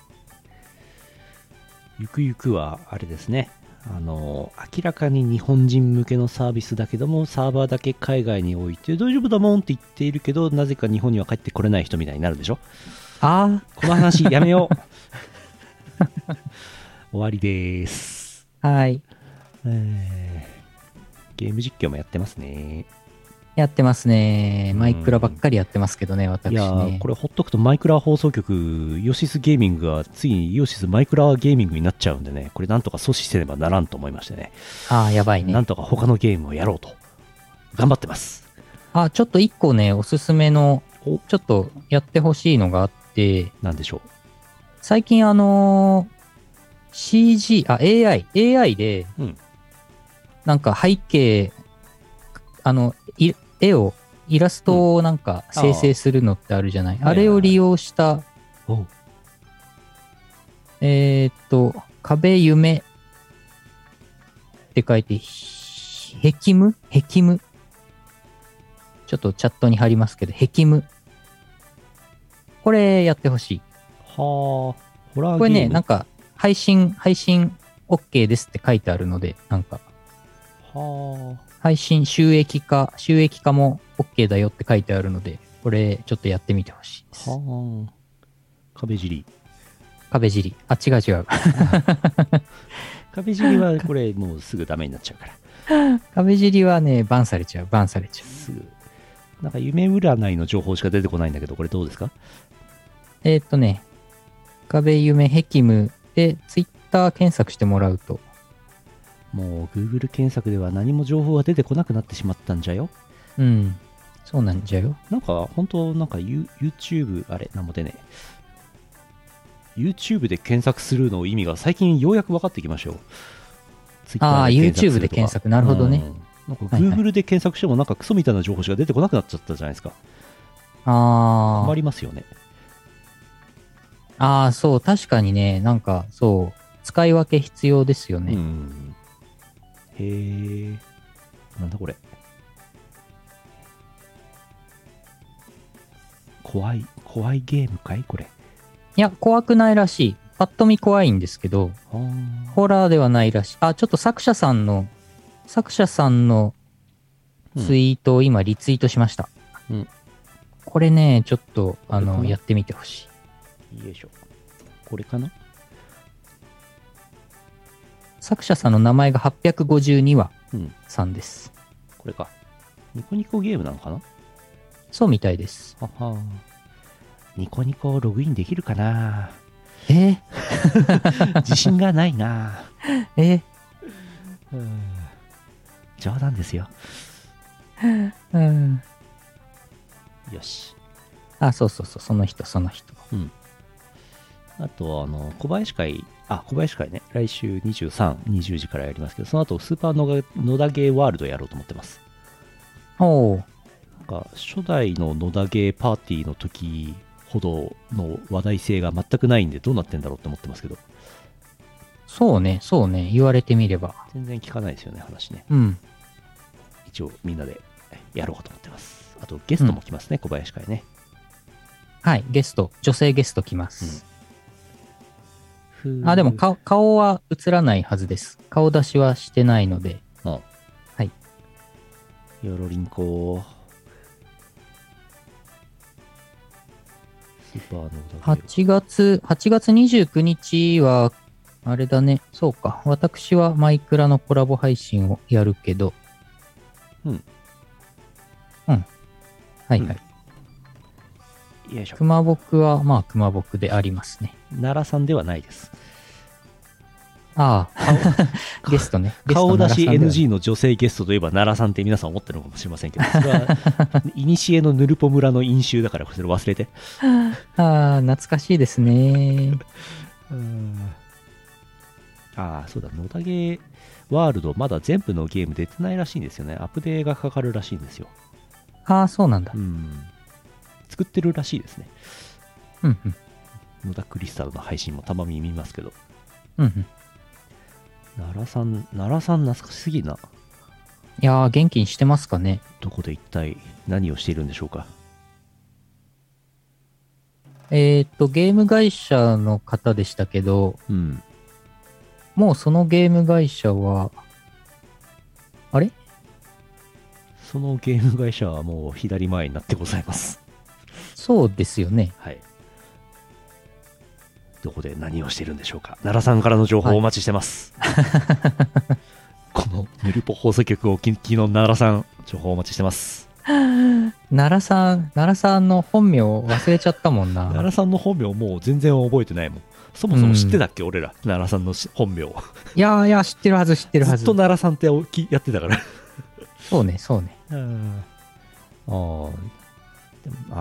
[SPEAKER 2] ゆくゆくは、あれですね。あの、明らかに日本人向けのサービスだけども、サーバーだけ海外に置いて、大丈夫だもんって言っているけど、なぜか日本には帰ってこれない人みたいになるでしょ
[SPEAKER 1] あ
[SPEAKER 2] この話やめよう。 [laughs] 終わりです。
[SPEAKER 1] あ、はい。
[SPEAKER 2] えーゲーム実況もやってますね。
[SPEAKER 1] やってますね。マイクラばっかりやってますけどね、私
[SPEAKER 2] いやー
[SPEAKER 1] ね
[SPEAKER 2] こ。れほっとくとマイクラ放送局、イオシスゲーミングがついにイオシスマイクラゲーミングになっちゃうんでね、これなんとか阻止せねばならんと思いましてね、
[SPEAKER 1] ああ、やばいね
[SPEAKER 2] なん。とか他のゲームをやろうと、頑張ってます。
[SPEAKER 1] あ、ちょっと一個ね、おすすめの、
[SPEAKER 2] お
[SPEAKER 1] ちょっとやってほしいのがあって、
[SPEAKER 2] なんでしょ
[SPEAKER 1] 最近あのー CG、あ、AI、AI で、
[SPEAKER 2] うん
[SPEAKER 1] なんか背景、あの、い絵を、イラストをなんか生成するのってあるじゃない、
[SPEAKER 2] ああ
[SPEAKER 1] あれを利用した
[SPEAKER 2] う。お
[SPEAKER 1] えーっと、壁夢って書いて、ひへきむへきむ。ちょっとチャットに貼りますけど、へきむ。これやってほしい。
[SPEAKER 2] はあ、ホラーゲーム。
[SPEAKER 1] これね、なんか、配信、配信 OK ですって書いてあるので、なんか、
[SPEAKER 2] は
[SPEAKER 1] 配信収益化、収益化も OK だよって書いてあるので、これちょっとやってみてほしいで
[SPEAKER 2] あ、
[SPEAKER 1] す。
[SPEAKER 2] はあ、壁尻。
[SPEAKER 1] 壁尻。あ、違う違う。
[SPEAKER 2] 壁尻はこれもうすぐダメになっちゃうから。
[SPEAKER 1] 壁尻はね、バンされちゃう、バンされちゃう。
[SPEAKER 2] すぐ。なんか夢占いの情報しか出てこないんだけど、これどうですか
[SPEAKER 1] えーっとね、壁夢ヘキムでツイッター検索してもらうと、
[SPEAKER 2] もう Google 検索では何も情報が出てこなくなってしまったんじゃよ。
[SPEAKER 1] うん、そうなんじゃよ。
[SPEAKER 2] なんか本当なんか You- YouTube あれなんも出ねえ YouTube で検索するの意味が最近ようやく分かってきましたよツイッター
[SPEAKER 1] ああ、YouTube で検索。なるほどね。
[SPEAKER 2] うん。なんか
[SPEAKER 1] はいはい
[SPEAKER 2] Google で検索してもなんかクソみたいな情報しか出てこなくなっちゃったじゃないですか。
[SPEAKER 1] あ
[SPEAKER 2] 困りますよね。
[SPEAKER 1] あ、ああ、そう、確かにね、なんか、そう、使い分け必要ですよ
[SPEAKER 2] う
[SPEAKER 1] ね。
[SPEAKER 2] ん。へえ。なんだこれ。怖い、怖いゲームかいこれ。
[SPEAKER 1] いや、怖くないらしい。パッと見怖いんですけど、
[SPEAKER 2] あー
[SPEAKER 1] ホラーではないらしい。あ、ちょっと作者さんの、作者さんのツイートを今リツイートしました。
[SPEAKER 2] うん
[SPEAKER 1] これね、ちょっと、あ
[SPEAKER 2] これか
[SPEAKER 1] の、
[SPEAKER 2] な
[SPEAKER 1] やってみてほしい。
[SPEAKER 2] よいしょ。これかな
[SPEAKER 1] 作者さんの名前が852話
[SPEAKER 2] うん
[SPEAKER 1] さんです。
[SPEAKER 2] これか。ニコニコゲームなのかな
[SPEAKER 1] そうみたいです。
[SPEAKER 2] ははニコニコログインできるかな
[SPEAKER 1] え
[SPEAKER 2] 自信がないな
[SPEAKER 1] ー、え
[SPEAKER 2] [laughs] うん冗談ですよ。
[SPEAKER 1] ー、うん。
[SPEAKER 2] よし。
[SPEAKER 1] あ、そうそうそう、その人、その人。
[SPEAKER 2] あと、あの、小林会、あ、小林会ね、来週23、20時からやりますけど、その後、スーパー野田野田ゲーワールドやろうと思ってます。
[SPEAKER 1] おー
[SPEAKER 2] なんか、初代の野田ゲーパーティーの時ほどの話題性が全くないんで、どうなってんだろうって思ってますけど、
[SPEAKER 1] そうね、そうね、言われてみれば。
[SPEAKER 2] 全然聞かないですよね、話ね。
[SPEAKER 1] うん。
[SPEAKER 2] 一応、みんなでやろうかと思ってます。あと、ゲストも来ますね、小林会ね。
[SPEAKER 1] はい、ゲスト、女性ゲスト来ます。
[SPEAKER 2] ふー
[SPEAKER 1] あ、でも顔、顔は映らないはずです。顔出しはしてないので。
[SPEAKER 2] よろりんこスーパーのだけ
[SPEAKER 1] 8月、8月29日は、あれだね、そうか。私はマイクラのコラボ配信をやるけど。
[SPEAKER 2] うん。
[SPEAKER 1] うん。はいはい。
[SPEAKER 2] よいしょ
[SPEAKER 1] 熊僕は、まあ、熊僕でありますね。
[SPEAKER 2] 奈良さんではないです
[SPEAKER 1] ああ、ゲストね。ゲスト
[SPEAKER 2] 顔出
[SPEAKER 1] 奈
[SPEAKER 2] し
[SPEAKER 1] 良さんで
[SPEAKER 2] NG の女性ゲストといえば奈良さんって皆さん思ってるのかもしれませんけどそれ
[SPEAKER 1] [laughs]
[SPEAKER 2] はいにしえのヌルポ村の飲酒だからそれ忘れて
[SPEAKER 1] は。ああ、懐かしいですね。
[SPEAKER 2] ああそうだ野田ゲーワールドまだ全部のゲーム出てないらしいんですよねアップデートがかかるらしいんですよ
[SPEAKER 1] ああ、そうなんだ
[SPEAKER 2] う。ん作ってるらしいですね
[SPEAKER 1] うんうん。
[SPEAKER 2] 野田クリスタルの配信もたまに見ますけど
[SPEAKER 1] うんうん。
[SPEAKER 2] 奈良さん奈良さん懐かしすぎるない
[SPEAKER 1] やー、元気にしてますかね。
[SPEAKER 2] どこで一体何をしているんでしょうか
[SPEAKER 1] えーっと、ゲーム会社の方でしたけど、
[SPEAKER 2] うん
[SPEAKER 1] もうそのゲーム会社は、あれ
[SPEAKER 2] そのゲーム会社はもう左前になってございます
[SPEAKER 1] そうですよね。
[SPEAKER 2] はいどこで何をしているんでしょうか奈良さんからの情報をお待ちしてます、このヌルポ放送局をお聞きの奈良さん情報をお待ちしてます
[SPEAKER 1] 奈良さん、奈良さんの本名を忘れちゃったもん
[SPEAKER 2] 奈
[SPEAKER 1] な。
[SPEAKER 2] 良さんの本名もう全然覚えてないもんそもそも知ってたっけ、俺ら奈良さんのし本名を
[SPEAKER 1] いやーいやー、知ってるはず、知ってる
[SPEAKER 2] ず
[SPEAKER 1] は
[SPEAKER 2] っ
[SPEAKER 1] ず
[SPEAKER 2] と。奈良さんっておきやってたから
[SPEAKER 1] そうね、そうね。
[SPEAKER 2] あーあーでも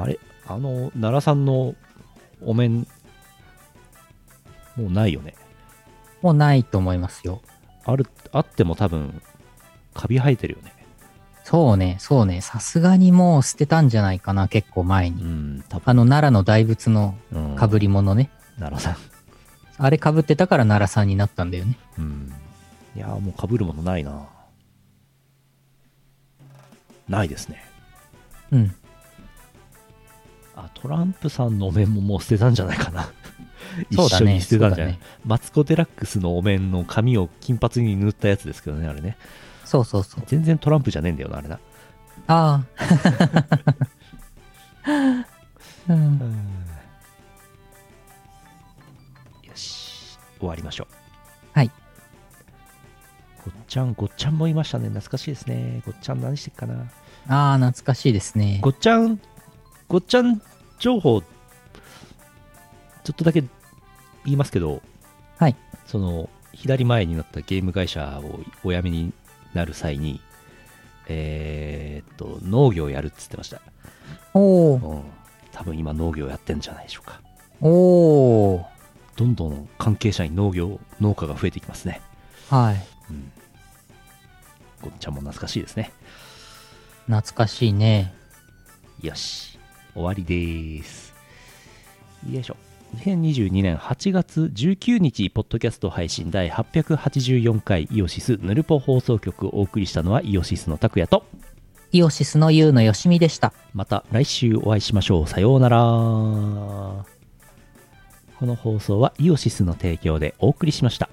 [SPEAKER 2] あれあの奈良さんのお面もうないよね
[SPEAKER 1] もうないと思いますよ。
[SPEAKER 2] あるあっても多分カビ生えてるよね
[SPEAKER 1] そうね、そうね。さすがにもう捨てたんじゃないかな、結構前
[SPEAKER 2] う
[SPEAKER 1] に。
[SPEAKER 2] ん多
[SPEAKER 1] あの、奈良の大仏の
[SPEAKER 2] 分うん
[SPEAKER 1] 被り物ね。
[SPEAKER 2] 奈良さ
[SPEAKER 1] あれ被ってたから奈良さんになったんだよね。
[SPEAKER 2] んうんいやーもうかぶるものないなないですね
[SPEAKER 1] うん。
[SPEAKER 2] あトランプさんのお面ももう捨てたんじゃないかな
[SPEAKER 1] [laughs] そ
[SPEAKER 2] 一
[SPEAKER 1] うだ
[SPEAKER 2] 緒
[SPEAKER 1] ね。
[SPEAKER 2] に捨てたんじゃない、
[SPEAKER 1] そうだね
[SPEAKER 2] マツコ・デラックスのお面の髪を金髪に塗ったやつですけどねあれね
[SPEAKER 1] そうそうそう。
[SPEAKER 2] 全然トランプじゃねえんだよなあれな
[SPEAKER 1] ああ。 [laughs] うん、
[SPEAKER 2] よし終わりましょう
[SPEAKER 1] はい
[SPEAKER 2] ごっちゃんごっちゃんもいましたね懐かしいですねごっちゃん何してっかな
[SPEAKER 1] ああ、懐かしいですね
[SPEAKER 2] ご。っちゃんごっちゃん情報ちょっとだけ言いますけど
[SPEAKER 1] はい
[SPEAKER 2] その左前になったゲーム会社をお辞めになる際にえーっと農業やるっつってました、
[SPEAKER 1] おー
[SPEAKER 2] うん、多分今農業やってんじゃないでしょうか
[SPEAKER 1] おー
[SPEAKER 2] どんどん関係者に農業農家が増えていきますね、
[SPEAKER 1] はい。
[SPEAKER 2] うんこっちゃんも懐かしいですね。
[SPEAKER 1] 懐かしいね。
[SPEAKER 2] よし。終わりです。よいしょ。2022年8月19日、ポッドキャスト配信第884回イオシスヌルポ放送局をお送りしたのはイオシスの拓也と、
[SPEAKER 1] イオシスのユウのよしみでした。
[SPEAKER 2] また来週お会いしましょう。さようなら。この放送はイオシスの提供でお送りしました。